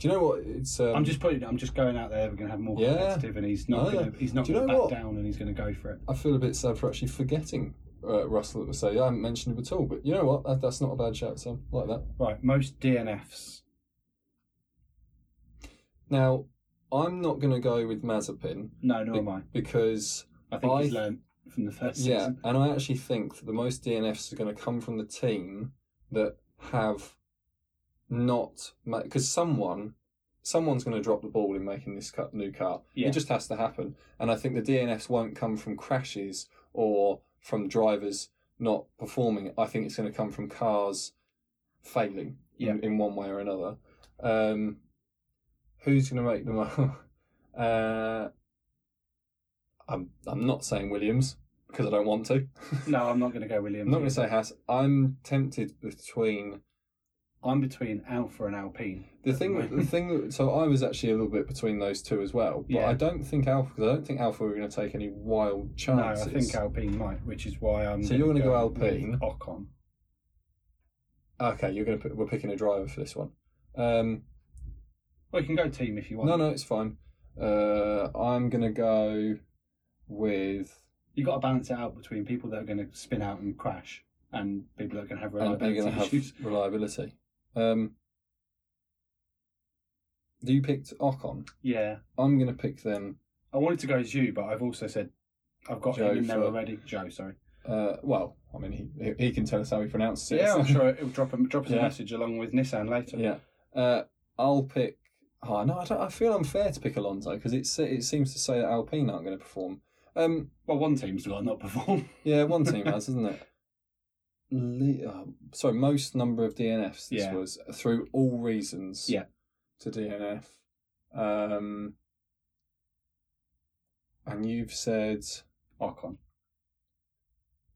A: Do you know what? It's. Um,
B: I'm just putting. I'm just going out there. We're going to have more
A: Yeah.
B: competitive, and he's not.
A: No,
B: gonna, he's not
A: Do you
B: going to
A: know
B: back
A: what?
B: down, and he's going to go for it.
A: I feel a bit sad for actually forgetting uh, Russell at the say. I haven't mentioned him at all, but you know what? That, that's not a bad shout, Sam. Like that.
B: Right, most DNFs.
A: Now, I'm not going to go with Mazepin
B: No, nor am I.
A: because,
B: I think he's
A: I-
B: learned from the first
A: yeah,
B: season.
A: and I actually think that the most DNFs are going to come from the team that have not because someone someone's going to drop the ball in making this cut, new car.
B: Yeah.
A: It just has to happen, and I think the DNFs won't come from crashes or from drivers not performing. I think it's going to come from cars failing
B: Yeah.
A: in, in one way or another. Um, who's going to make them up? Uh, I'm I'm not saying Williams because I don't want to.
B: No, I'm not going to go Williams.
A: I'm not going to say Haas. I'm tempted between
B: I'm between Alpha and Alpine.
A: the thing. The thing. That, so I was actually a little bit between those two as well. But
B: Yeah.
A: I don't think Alpha. Because I don't think Alpha were going to take any wild
B: No,
A: chances.
B: I think Alpine might, which is why I'm.
A: So you're
B: gonna
A: gonna go
B: with
A: Alpine?
B: Ocon.
A: Okay, you're going to. We're picking a driver for this one. Um,
B: Well, you can go team if you want.
A: no, no, it's fine. Uh, I'm going to go with.
B: you got to balance it out between people that are going to spin out and crash and people that are going to have
A: and they're
B: reliability
A: going to have
B: issues.
A: reliability. Um, you picked Ocon.
B: Yeah,
A: I'm going to pick them.
B: I wanted to go as you, but I've also said I've got
A: Joe
B: him in there
A: for-
B: already. Joe, sorry.
A: Uh, well, I mean, he- he, he can tell us how he pronounces it.
B: Yeah,
A: so-
B: I'm sure it'll drop him, drop us a
A: Yeah.
B: message along with Nissan later.
A: yeah. Uh, I'll pick. Oh, no, I, don't, I feel unfair to pick Alonso because it, se- it seems to say that Alpine aren't going to perform. Um,
B: Well, one team's got to not perform.
A: yeah, one team has, isn't it? Le- oh, sorry, most number of DNFs this
B: Yeah.
A: was through all reasons
B: Yeah.
A: to DNF. Um, and you've said
B: Ocon.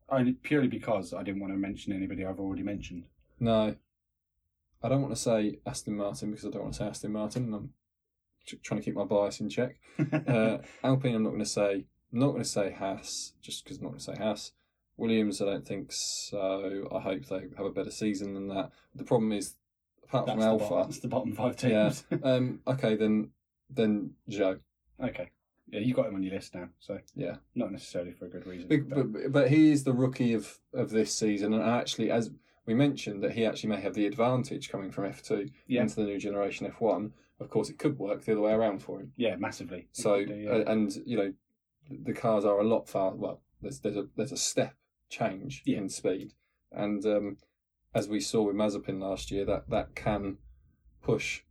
B: Only purely because I didn't want to mention anybody I've already mentioned.
A: No. I don't want to say Aston Martin because I don't want to say Aston Martin. And I'm tr- trying to keep my bias in check. Uh, Alpine, I'm not going to say. I'm not going to say Haas just because I'm not going to say Haas. Williams, I don't think so. I hope they have a better season than that. The problem is, apart
B: that's, the
A: from
B: bottom,
A: Alpha,
B: that's the bottom five
A: Yeah.
B: teams.
A: um, okay, then then Joe.
B: okay. Yeah, you got him on your list now, so
A: Yeah.
B: not necessarily for a good reason.
A: Big-
B: but-
A: But, but he is the rookie of, of this season, and actually, as we mentioned, that he actually may have the advantage coming from F two
B: Yeah.
A: into the new generation F one. Of course, it could work the other way around for him.
B: yeah, massively.
A: So,
B: Yeah.
A: uh, and you know, the cars are a lot far. Well, there's there's a there's a step change
B: Yeah.
A: in speed, and um, as we saw with Mazepin last year, that that can push.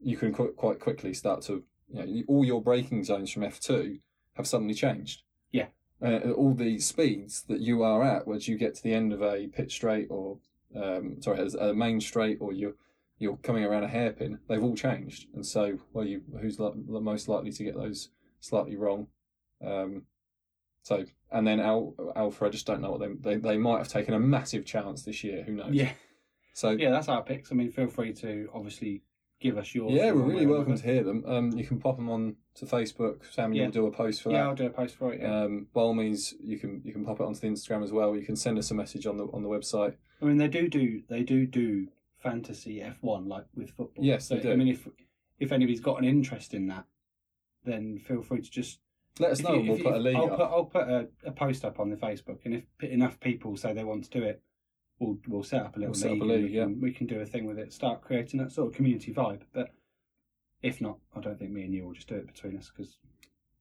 A: You can qu- quite quickly start to you know you- all your braking zones from F two have suddenly changed.
B: Yeah.
A: Uh, all the speeds that you are at, once you get to the end of a pit straight or um, sorry, as a main straight, or you you're coming around a hairpin, they've all changed. And so, well, you who's li- the most likely to get those slightly wrong? Um, so, and then Al, Alpha, I just don't know what they, they they might have taken a massive chance this year. Who knows?
B: yeah,
A: So yeah,
B: yeah, that's our picks. I mean, feel free to obviously give us yours. if you
A: we're
B: want,
A: really
B: whatever.
A: welcome to hear them. Um, you can pop them on to Facebook. Sam, you'll
B: Yeah.
A: do a post for
B: Yeah, I'll
A: that.
B: do a post for it. Yeah.
A: Um, by all means, you can you can pop it onto the Instagram as well. You can send us a message on the on the website.
B: I mean, they do do they do do fantasy F one like with football.
A: Yes, they
B: So, I
A: do.
B: mean, if if anybody's got an interest in that, then feel free to just
A: Let us
B: if
A: know,
B: you-
A: and we'll
B: if
A: put
B: you-
A: a link
B: I'll
A: up.
B: put I'll put a, a post up on the Facebook, and if p- enough people say they want to do it, we'll we'll set up a little
A: We'll set up a
B: and
A: league,
B: we, can, we can do a thing with it. Start creating that sort of community vibe. But if not, I don't think me and you will just do it between us because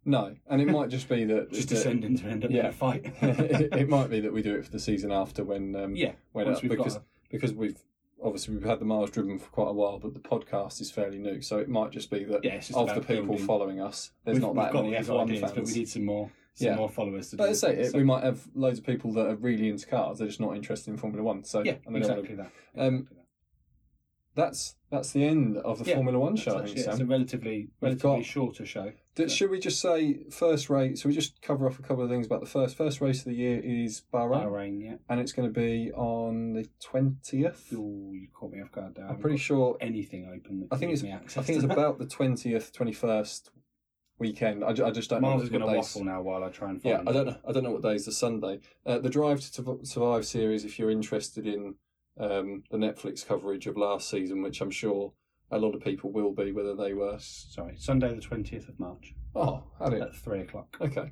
A: No, and it might just be that
B: just
A: that-
B: descend into end up in
A: yeah.
B: a fight.
A: it, it might be that we do it for the season after when um,
B: yeah,
A: when
B: once
A: uh,
B: we've
A: because
B: got
A: because we've obviously we've had the miles driven for quite a while, but the podcast is fairly new, so it might just be that
C: Yeah, it's just
A: of
C: about
A: the people
C: building.
A: following us, there's
C: we've,
A: not
C: we've
A: that
C: got
A: many
C: the
A: F1
C: ideas,
A: fans.
C: but we need some more, some
A: Yeah.
C: more followers to
A: But
C: do
A: as I say,
C: things,
A: it, we might have loads of people that are really into cars. They're just not interested in Formula One. So
C: Yeah,
A: and they don't wanna-
B: exactly that.
A: Um,
B: exactly that.
A: that's that's the end of the
B: Yeah,
A: Formula One
B: That's
A: show. I
B: actually-
A: think,
B: it's
A: Sam.
B: a relatively
A: We've
B: relatively
A: got-
B: shorter show.
A: Did- Should we just say first race? So we just cover off a couple of things about the first first race of the year is Bahrain,
B: Bahrain, yeah.
A: and it's going to be on the twentieth.
B: Ooh, you caught me off guard there. I
A: I'm
B: haven't
A: pretty
B: got
A: sure.
B: anything open. That
A: I think
B: gives
A: it's.
B: me access
A: I think it's
B: to that.
A: about the twentieth, twenty first weekend. I, ju- I just don't
B: Miles
A: know
B: is
A: what
B: going to
A: days-
B: waffle now while I try and find.
A: Yeah, I
B: it.
A: don't know. I don't know what day is the Sunday. Uh, the Drive to Tur- Survive series, if you're interested in um, the Netflix coverage of last season, which I'm sure a lot of people will be, whether they were.
B: Sorry, Sunday the twentieth of March
A: Oh, had it.
B: at three o'clock.
A: Okay,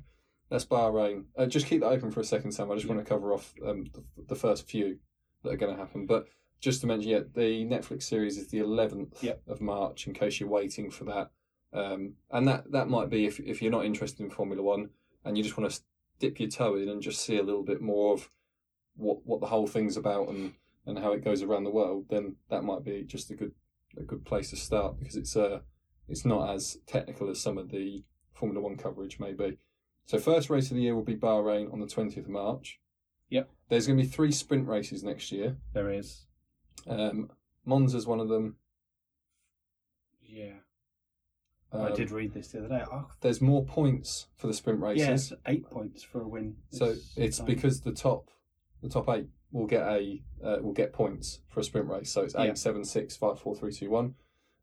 A: that's Bahrain. Uh, just keep that open for a second, Sam. I just want to cover off um, the, the first few that are going to happen. But just to mention, yeah, the Netflix series is the 11th
B: Yep.
A: of March, in case you're waiting for that. Um, and that, that might be if, if you're not interested in Formula One and you just want to dip your toe in and just see a little bit more of what what the whole thing's about and, and how it goes around the world, then that might be just a good a good place to start because it's uh, it's not as technical as some of the Formula One coverage may be. So first race of the year will be Bahrain on the twentieth of March.
B: Yep.
A: There's going to be three sprint races next year.
B: There is.
A: Um, Monza's one of them.
B: Yeah, I
A: Um,
B: did read this the other day. Oh,
A: There's more points for the sprint races,
B: yes, eight points for a win.
A: so
B: this
A: it's
B: time.
A: because the top the top eight will get a uh, will get points for a sprint race. So it's
B: Yeah.
A: eight, seven, six, five, four, three, two, one.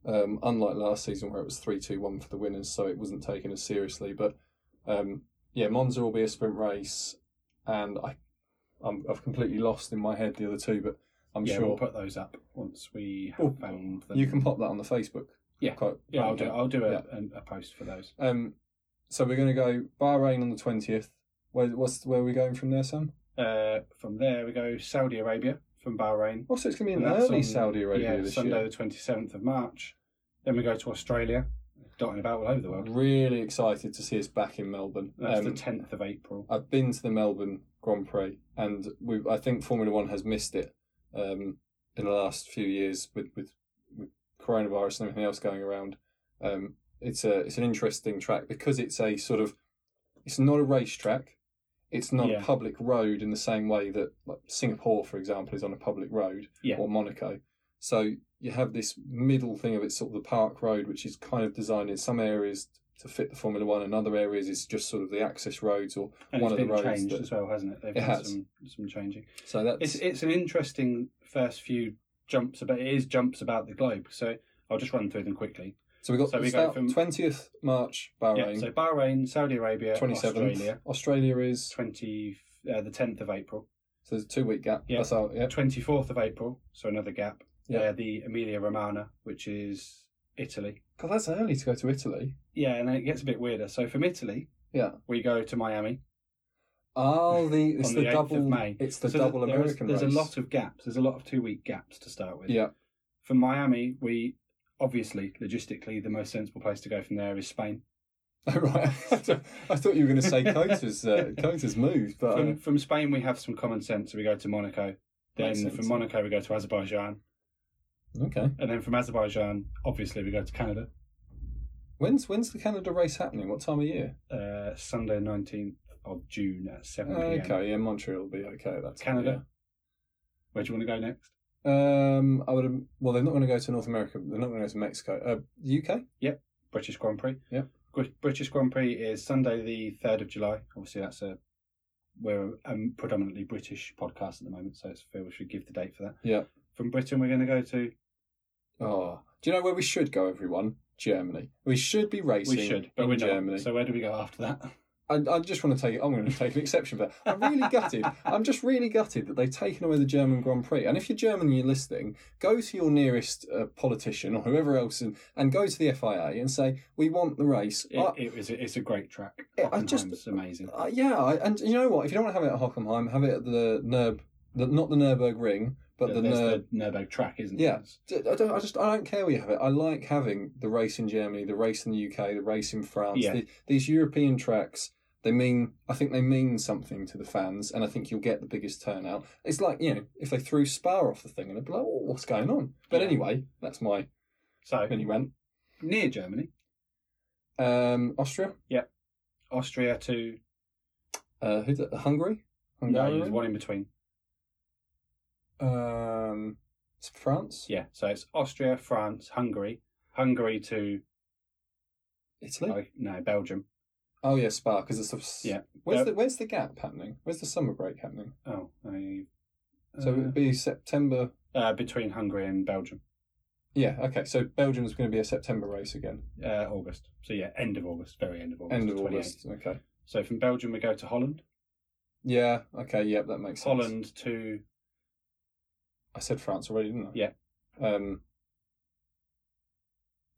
A: Um, unlike last season where it was three, two, one for the winners, so it wasn't taken as seriously. But um, yeah, Monza will be a sprint race, and I I'm, I've completely lost in my head the other two, but I'm
B: yeah,
A: sure
B: we'll put those up once we have
A: Well,
B: found them.
A: You can pop that on the Facebook.
B: Yeah.
A: Quite,
B: Yeah, I'll
A: quite
B: do.
A: okay.
B: I'll do a,
A: Yeah.
B: an- a post for those.
A: Um, so we're going to go Bahrain on the twentieth. Where what's where are we going from there, Sam?
B: Uh, from there we go Saudi Arabia from Bahrain.
A: Also, it's going to be an
B: And that's
A: early
B: on-
A: Saudi Arabia
B: yeah,
A: this
B: Sunday
A: year.
B: the twenty seventh of March. Then we go to Australia, dotting about all over the world.
A: Really excited to see us back in Melbourne.
B: That's the
A: Um,
B: tenth of April.
A: I've been to the Melbourne Grand Prix, and we I think Formula One has missed it um, in the last few years with, with with coronavirus and everything else going around. Um, it's a it's an interesting track because it's a sort of it's not a racetrack. It's not
B: Yeah.
A: a public road in the same way that like Singapore, for example, is on a public road
B: Yeah.
A: or Monaco. So you have this middle thing of it's sort of the park road, which is kind of designed in some areas to fit the Formula One, and other areas is just sort of the access roads or
B: And
A: one
B: it's
A: of
B: been
A: the roads
B: changed
A: that-
B: as well, hasn't it? They've
A: It
B: had
A: has.
B: some some changing.
A: So that's
B: It's it's an interesting first few jumps about it is jumps about the globe. So I'll just run through them quickly.
A: so we got
B: so we go
A: start
B: from-
A: twentieth March
B: Yeah, so
A: Bahrain,
B: Bahrain, Saudi Arabia,
A: twenty seventh
B: Australia,
A: Australia is
B: twenty uh, the tenth of April,
A: so there's a two week gap.
B: Yeah.
A: That's our yeah.
B: twenty fourth of April. So another gap.
A: Yeah.
B: Uh, the Emilia Romagna, which is Italy.
A: God, that's early to go to Italy.
B: Yeah, and then it gets a bit weirder. So from Italy,
A: Yeah.
B: we go to Miami.
A: Oh, the it's
B: On
A: the,
B: the 8th of
A: double.
B: May.
A: It's the
B: So
A: double
B: there is-
A: American
B: There's
A: race.
B: a lot of gaps. There's a lot of two week gaps to start with.
A: yeah.
B: From Miami, we obviously logistically the most sensible place to go from there is Spain.
A: Oh, right. I thought you were going to say Cota's uh, Cota's moved, but uh,
B: From, from Spain, we have some common sense. So we go to Monaco. Then
A: Makes sense.
B: from Monaco, we go to Azerbaijan,
A: uh, okay.
B: and then from Azerbaijan, obviously we go to Canada.
A: When's when's the Canada race happening? What time of year?
B: Uh, Sunday, nineteenth of June at seven pm.
A: Okay, yeah, Montreal will be okay. That's
B: Canada. Where do you want to go next?
A: Um, I would. Well, they're not going to go to North America. They're not going to go to Mexico. Uh, the UK.
B: British Grand Prix.
A: Yep.
B: Gr- British Grand Prix is Sunday the third of July. Obviously, that's a we're a um, predominantly British podcast at the moment, so it's fair we should give the date for that.
A: Yeah.
B: From Britain, we're going to go to.
A: Oh, do you know where we should go, everyone? Germany. We should be racing.
B: we should, but
A: in
B: we're
A: Germany.
B: not. So where do we go after that?
A: I, I just want to take. I'm going to take an exception for that. I'm really gutted. I'm just really gutted that they've taken away the German Grand Prix. And if you're German and you're listening, go to your nearest uh, politician or whoever else, and, and go to the FIA and say we want the race.
B: It,
A: I-
B: it was. It's a great track.
A: Uh, Yeah, I just-
B: Hockenheim's amazing.
A: Uh, yeah, I, and you know what? If you don't want to have it at Hockenheim, have it at the Nurb, the, not the Nurburgring, but the
B: There's
A: Nurb.
B: the Nurburg track, isn't
A: Yeah.
B: it?
A: I don't. I just. I don't care where you have it. I like having the race in Germany, the race in the UK, the race in France.
B: Yeah.
A: The, these European tracks. They mean, I think they mean something to the fans, and I think you'll get the biggest turnout. It's like you know, if they threw Spa off the thing, and they'd be like, oh, "What's going on?" But
B: Yeah.
A: anyway, that's my
B: So
A: mini rant.
B: near Germany,
A: Um, Austria,
B: Austria to
A: uh, who's it? Hungary,
B: no,
A: Hungary,
B: there's one in between.
A: um, it's France,
B: Yeah, so it's Austria, France, Hungary, Hungary to
A: Italy.
B: oh, no Belgium.
A: Oh yeah, Spa because it's a,
B: Yeah.
A: Where's
B: Yeah.
A: the where's the gap happening? Where's the summer break happening?
B: Oh, I,
A: So it would be September.
B: uh, between Hungary and Belgium,
A: Yeah, okay. So Belgium's going to be a September race again.
B: uh, August. So yeah, end of August, very end of August.
A: End of
B: 28th.
A: August. Okay.
B: So from Belgium we go to Holland.
A: Yeah. Okay. Yep. That makes sense.
B: Holland to
A: I said France already, didn't I?
B: Yeah.
A: Um.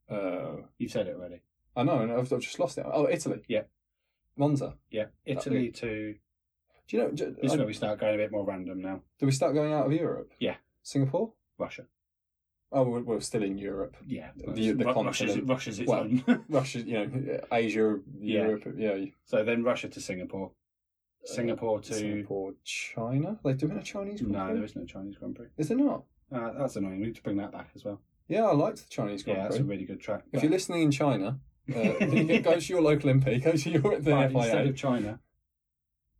A: Uh,
B: you said it already.
A: I know, and I've, I've just lost it. Oh, Italy.
B: Yeah.
A: Monza.
B: Yeah, Italy to.
A: Do you know? Do,
B: This is
A: I-
B: where we start going a bit more random now.
A: do we start going out of Europe?
B: Yeah.
A: Singapore.
B: Russia.
A: Oh, we're, we're still in Europe.
B: Yeah,
A: The- the
B: Ru- Russia's,
A: continent.
B: Russia's its
A: Well-
B: own.
A: Russia, you know, uh, Asia,
B: Yeah.
A: Europe. Yeah.
B: so then Russia to Singapore. Singapore to
A: uh, Singapore, China. They doing a Chinese Grand
B: no,
A: Prix?
B: there is no Chinese Grand Prix.
A: Is there not?
B: Uh, that's annoying. We need to bring that back as well.
A: Yeah, I liked the Chinese Grand
B: yeah, that's
A: Prix.
B: a really good track.
A: If you're listening in China, uh, go to your local MP, go to your the
B: But instead
A: FIA,
B: of China,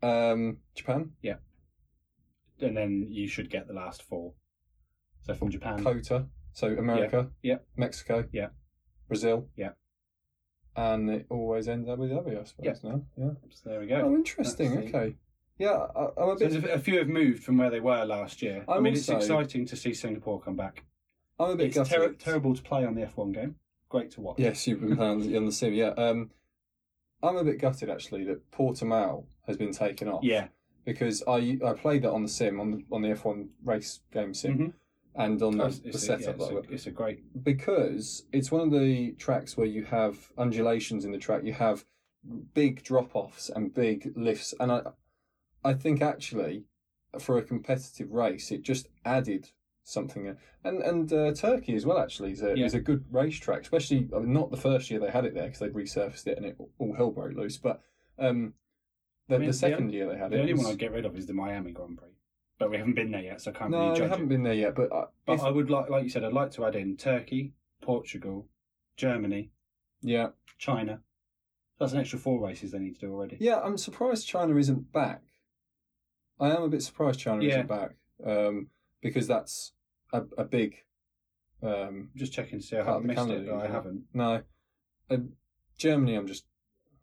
A: um, Japan,
B: and then you should get the last four. So from Japan,
A: COTA, so America,
B: Um, yeah.
A: Mexico,
B: Yeah.
A: Brazil,
B: Yeah.
A: and it always ends Abu Dhabi, I suppose. Now, yeah.
B: so there we go.
A: Oh, interesting.
B: That's the-
A: Okay. Yeah, I, I'm a
B: So
A: bit.
B: there's a, a few have moved from where they were last year. i
A: I'm
B: mean,
A: also-
B: it's exciting to see Singapore come back.
A: I'm a bit
B: It's ter-
A: gutted.
B: terrible to play on the F1 game. Great to watch.
A: Yes, you've been on the, on the sim. Yeah. Um, I'm a bit gutted actually that Portimao has been taken off.
B: Yeah.
A: Because I I played that on the sim on the, on the F1 race game sim and on the,
B: Mm-hmm. Oh, It's,
A: the
B: it's a, yeah,
A: setup.
B: it's,
A: like,
B: a, it's a great.
A: because it's one of the tracks where you have undulations in the track. You have big drop offs and big lifts, and I, I think actually, for a competitive race, it just added something. And and uh, Turkey as well actually is a
B: Yeah.
A: is a good racetrack, especially I mean, not the first year they had it there because they resurfaced it and it all hell broke loose. But um, the,
B: I mean,
A: the
B: the
A: second
B: on-
A: year they had
B: The
A: it,
B: only
A: was-
B: one I'd get rid of is the Miami Grand Prix, but we haven't been there yet, so I can't
A: no,
B: really
A: they
B: judge
A: haven't
B: it.
A: been there yet. But I,
B: But
A: if-
B: I would like, like you said, I'd like to add in Turkey, Portugal, Germany,
A: yeah,
B: China. That's an extra four races they need to do already.
A: Yeah, I'm surprised China isn't back. I am a bit surprised China
B: Yeah.
A: isn't back um, because that's a, a big. Um,
B: Just checking to see. I
A: Part of
B: haven't
A: the
B: missed
A: calendar,
B: it, but I
A: isn't it?
B: haven't.
A: no, uh, Germany. I'm just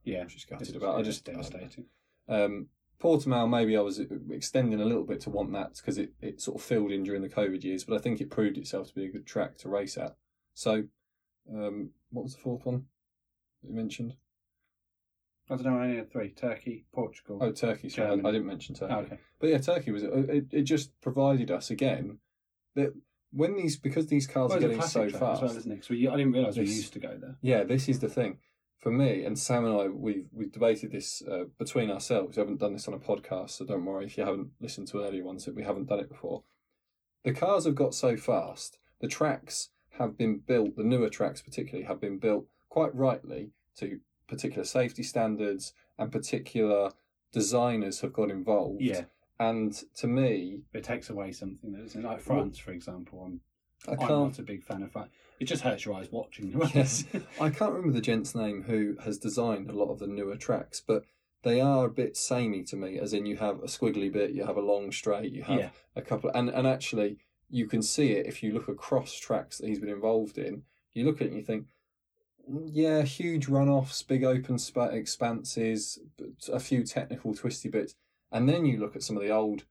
B: Yeah,
A: I'm just gutted
B: it's-
A: about. I
B: it's
A: just
B: devastating.
A: um, Portimao. Maybe I was e, extending a little bit to want that because it, it sort of filled in during the COVID years, but I think it proved itself to be a good track to race at. So, um, what was the fourth one that you mentioned?
B: I don't know. I only had three: Turkey, Portugal.
A: Oh, Turkey. Sorry, I,
B: Germany.
A: I didn't mention Turkey.
B: Oh, okay.
A: But yeah, Turkey was uh, it. It just provided us again that when these because these cars
B: Well,
A: are
B: it's a
A: getting so
B: classic track
A: fast.
B: as well, isn't it? 'Cause we, I didn't realise we
A: This-
B: used to go there.
A: yeah, this is the thing for me and Sam and I. We've we've debated this uh, between ourselves. We haven't done this on a podcast, so don't worry if you haven't listened to earlier ones that we haven't done it before. The cars have got so fast. The tracks have been built. The newer tracks, particularly, have been built quite rightly to particular safety standards and particular designers have got involved.
B: Yeah,
A: And to me,
B: it takes away something that isn't like France, for example. I'm,
A: I
B: I'm
A: can't
B: not a big fan of France. It just hurts your eyes watching. the
A: Yes.
B: race.
A: I can't remember the gent's name who has designed a lot of the newer tracks, but they are a bit samey to me. As in, you have a squiggly bit, you have a long straight, you have
B: yeah,
A: a couple, and and actually, you can see it if you look across tracks that he's been involved in. You look at it and you think, "Mm, yeah, huge runoffs, big open spa- expanses, but a few technical twisty bits, and then you look at some of the old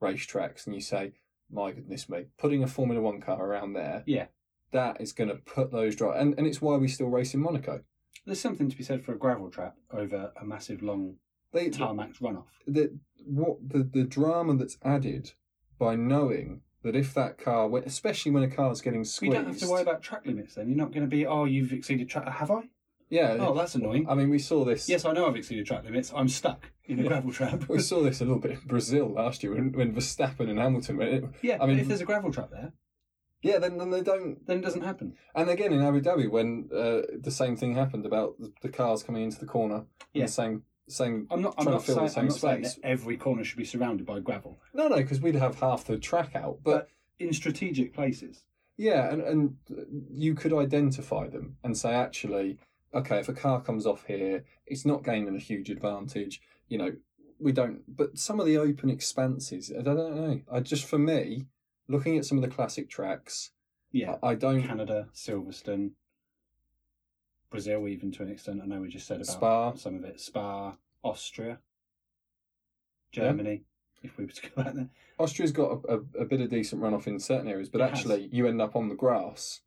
A: race tracks and you say, my goodness me, putting a Formula One car around there,
B: Yeah.
A: that is going to put those dry, and and it's why we still race in Monaco.
B: there's something to be said for a gravel trap over a massive long
A: They,
B: tarmac runoff.
A: that what the, the drama that's added by knowing that if that car, went, especially when a car's getting
B: We
A: squeezed,
B: don't have to worry about track limits then. You're not going to be, oh, you've exceeded track. Have I?
A: yeah,
B: Oh, that's annoying.
A: I mean, we saw this.
B: Yes, I know I've exceeded track limits. I'm stuck in a
A: Yeah.
B: gravel trap.
A: we saw this a little bit in Brazil last year when, when Verstappen and Hamilton. went in.
B: yeah,
A: I mean-
B: but if there's a gravel trap there,
A: yeah, then then they don't.
B: then it doesn't happen.
A: And again in Abu Dhabi when uh, the same thing happened about the, the cars coming into the corner, and
B: Yeah.
A: the same same.
B: I'm not. I'm
A: Trying to
B: not,
A: fill the
B: saying,
A: same
B: I'm not saying that
A: space.
B: every corner should be surrounded by gravel
A: No, no, because we'd have half the track out. But
B: But- in strategic places.
A: yeah, and and you could identify them and say actually, okay, if a car comes off here, it's not gaining a huge advantage. You know, we don't. But some of the open expanses, I don't know. I just for me, looking at some of the classic tracks,
B: Yeah,
A: I, I don't.
B: Canada, Silverstone, Brazil, even to an extent. I know we just said about
A: Spa.
B: some of it. Spa, Austria, Germany. If we were to go out there,
A: Austria's got a, a, a bit of decent runoff in certain areas, but
B: It has.
A: actually, you end up on the grass.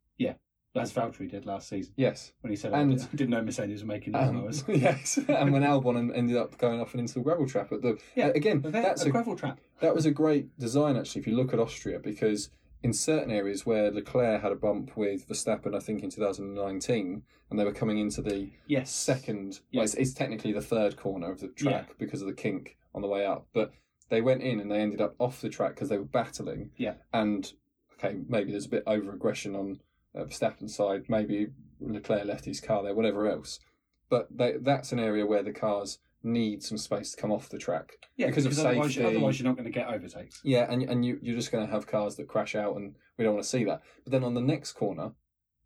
B: as Valtteri did last season
A: Yes.
B: when he said,
A: And-
B: "I didn't- I didn't know Mercedes were making
A: Um,
B: lawnmowers."
A: yes, and when Albon en- ended up going off and into the gravel trap at the
B: Yeah,
A: again,
B: But they're
A: that's
B: a
A: a,
B: gravel trap.
A: that was a great design actually. If you look at Austria, because in certain areas where Leclerc had a bump with Verstappen, I think in 2019, and they were coming into the
B: Yes,
A: second,
B: Yeah.
A: well, it's, it's technically the third corner of the track because of the kink on the way up, but they went in and they ended up off the track because they were battling.
B: Yeah.
A: and okay, maybe there's a bit over aggression on uh, Verstappen's side, maybe Leclerc left his car there, whatever else. But they, that's an area where the cars need some space to come off the track.
B: yeah,
A: because of
B: otherwise,
A: safety.
B: otherwise you're not going to get overtakes.
A: Yeah, and and you you're just going to have cars that crash out, and we don't want to see that. But then on the next corner,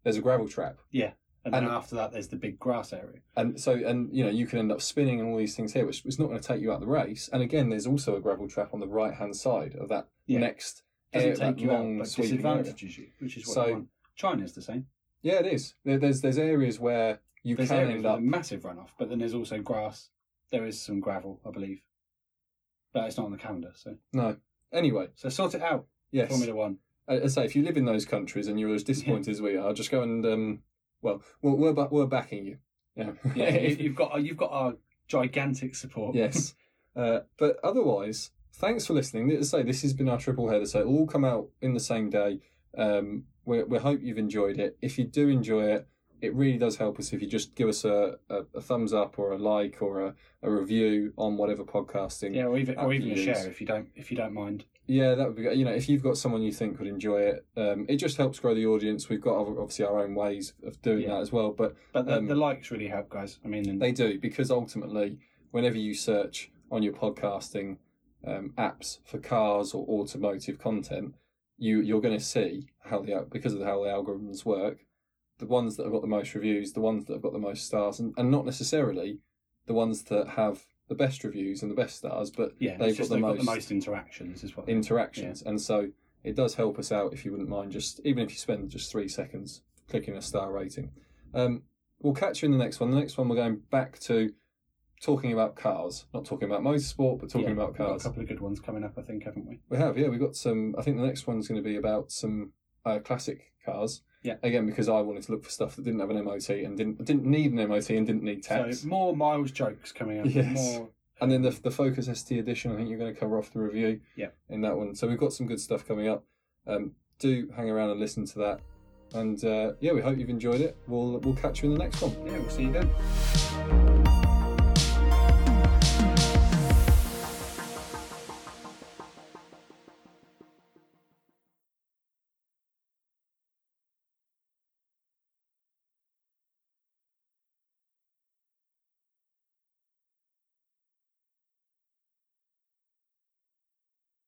A: there's a gravel trap,
B: And then
A: And-
B: after that, there's the big grass area.
A: and so and you know you can end up spinning and all these things here, which is not going to take you out of the race. And again, there's also a gravel trap on the right hand side of that
B: Yeah.
A: next
B: Doesn't
A: area,
B: take
A: that
B: you
A: long
B: out, but
A: sweeping area.
B: disadvantages you, which is what
A: So-
B: you want. China's the same.
A: Yeah, it is. There, there's there's areas where you
B: there's
A: can
B: areas
A: end
B: with
A: up.
B: a massive runoff, but then there's also grass. There is some gravel, I believe, but it's not on the calendar. So,
A: No. Anyway,
B: so sort it out,
A: yes.
B: Formula One.
A: I I say, if you live in those countries and you're as disappointed as we are, just go and um, well, we're we're, ba- we're backing you. Yeah.
B: Yeah, you, you've got you've got our gigantic support.
A: yes. Uh, but otherwise, thanks for listening. As I say, this has been our triple header, so it'll all come out in the same day. Um, we, we hope you've enjoyed it. If you do enjoy it, it really does help us if you just give us a, a, a thumbs up or a like or a, a review on whatever podcasting.
B: yeah, or even or even a
A: Absolutely.
B: share if you don't if you don't mind.
A: Yeah, that would be good. You know, if you've got someone you think would enjoy it, um, it just helps grow the audience. We've got other- obviously our own ways of doing
B: Yeah.
A: that as well, but
B: But the,
A: Um,
B: the likes really help, guys. I mean, and
A: They do because ultimately, whenever you search on your podcasting um, apps for cars or automotive content, you you're going to see how the al- because of how the algorithms work, the ones that have got the most reviews, the ones that have got the most stars, and, and not necessarily the ones that have the best reviews and the best stars, but
B: yeah,
A: they've
B: it's just
A: got the
B: they've got
A: most-
B: the most interactions is what.
A: interactions. And so it does help us out if you wouldn't mind just even if you spend just three seconds clicking a star rating. Um, we'll catch you in the next one. The next one we're going back to talking about cars, not talking about motorsport, but talking
B: Yeah,
A: about
B: we've got a
A: cars.
B: couple of good ones coming up, I think, haven't we?
A: We have, yeah, we've got some. I think the next one's going to be about some uh, classic cars.
B: Yeah.
A: Again, because I wanted to look for stuff that didn't have an MOT and didn't didn't need an MOT and didn't need tax.
B: So more miles jokes coming up.
A: Yes.
B: More, um,
A: And then the the Focus ST edition, I think you're going to cover off the review.
B: Yeah.
A: In that one, so we've got some good stuff coming up. Um, do hang around and listen to that. And uh, yeah, we hope you've enjoyed it. We'll we'll catch you in the next one.
B: yeah, we'll see you then.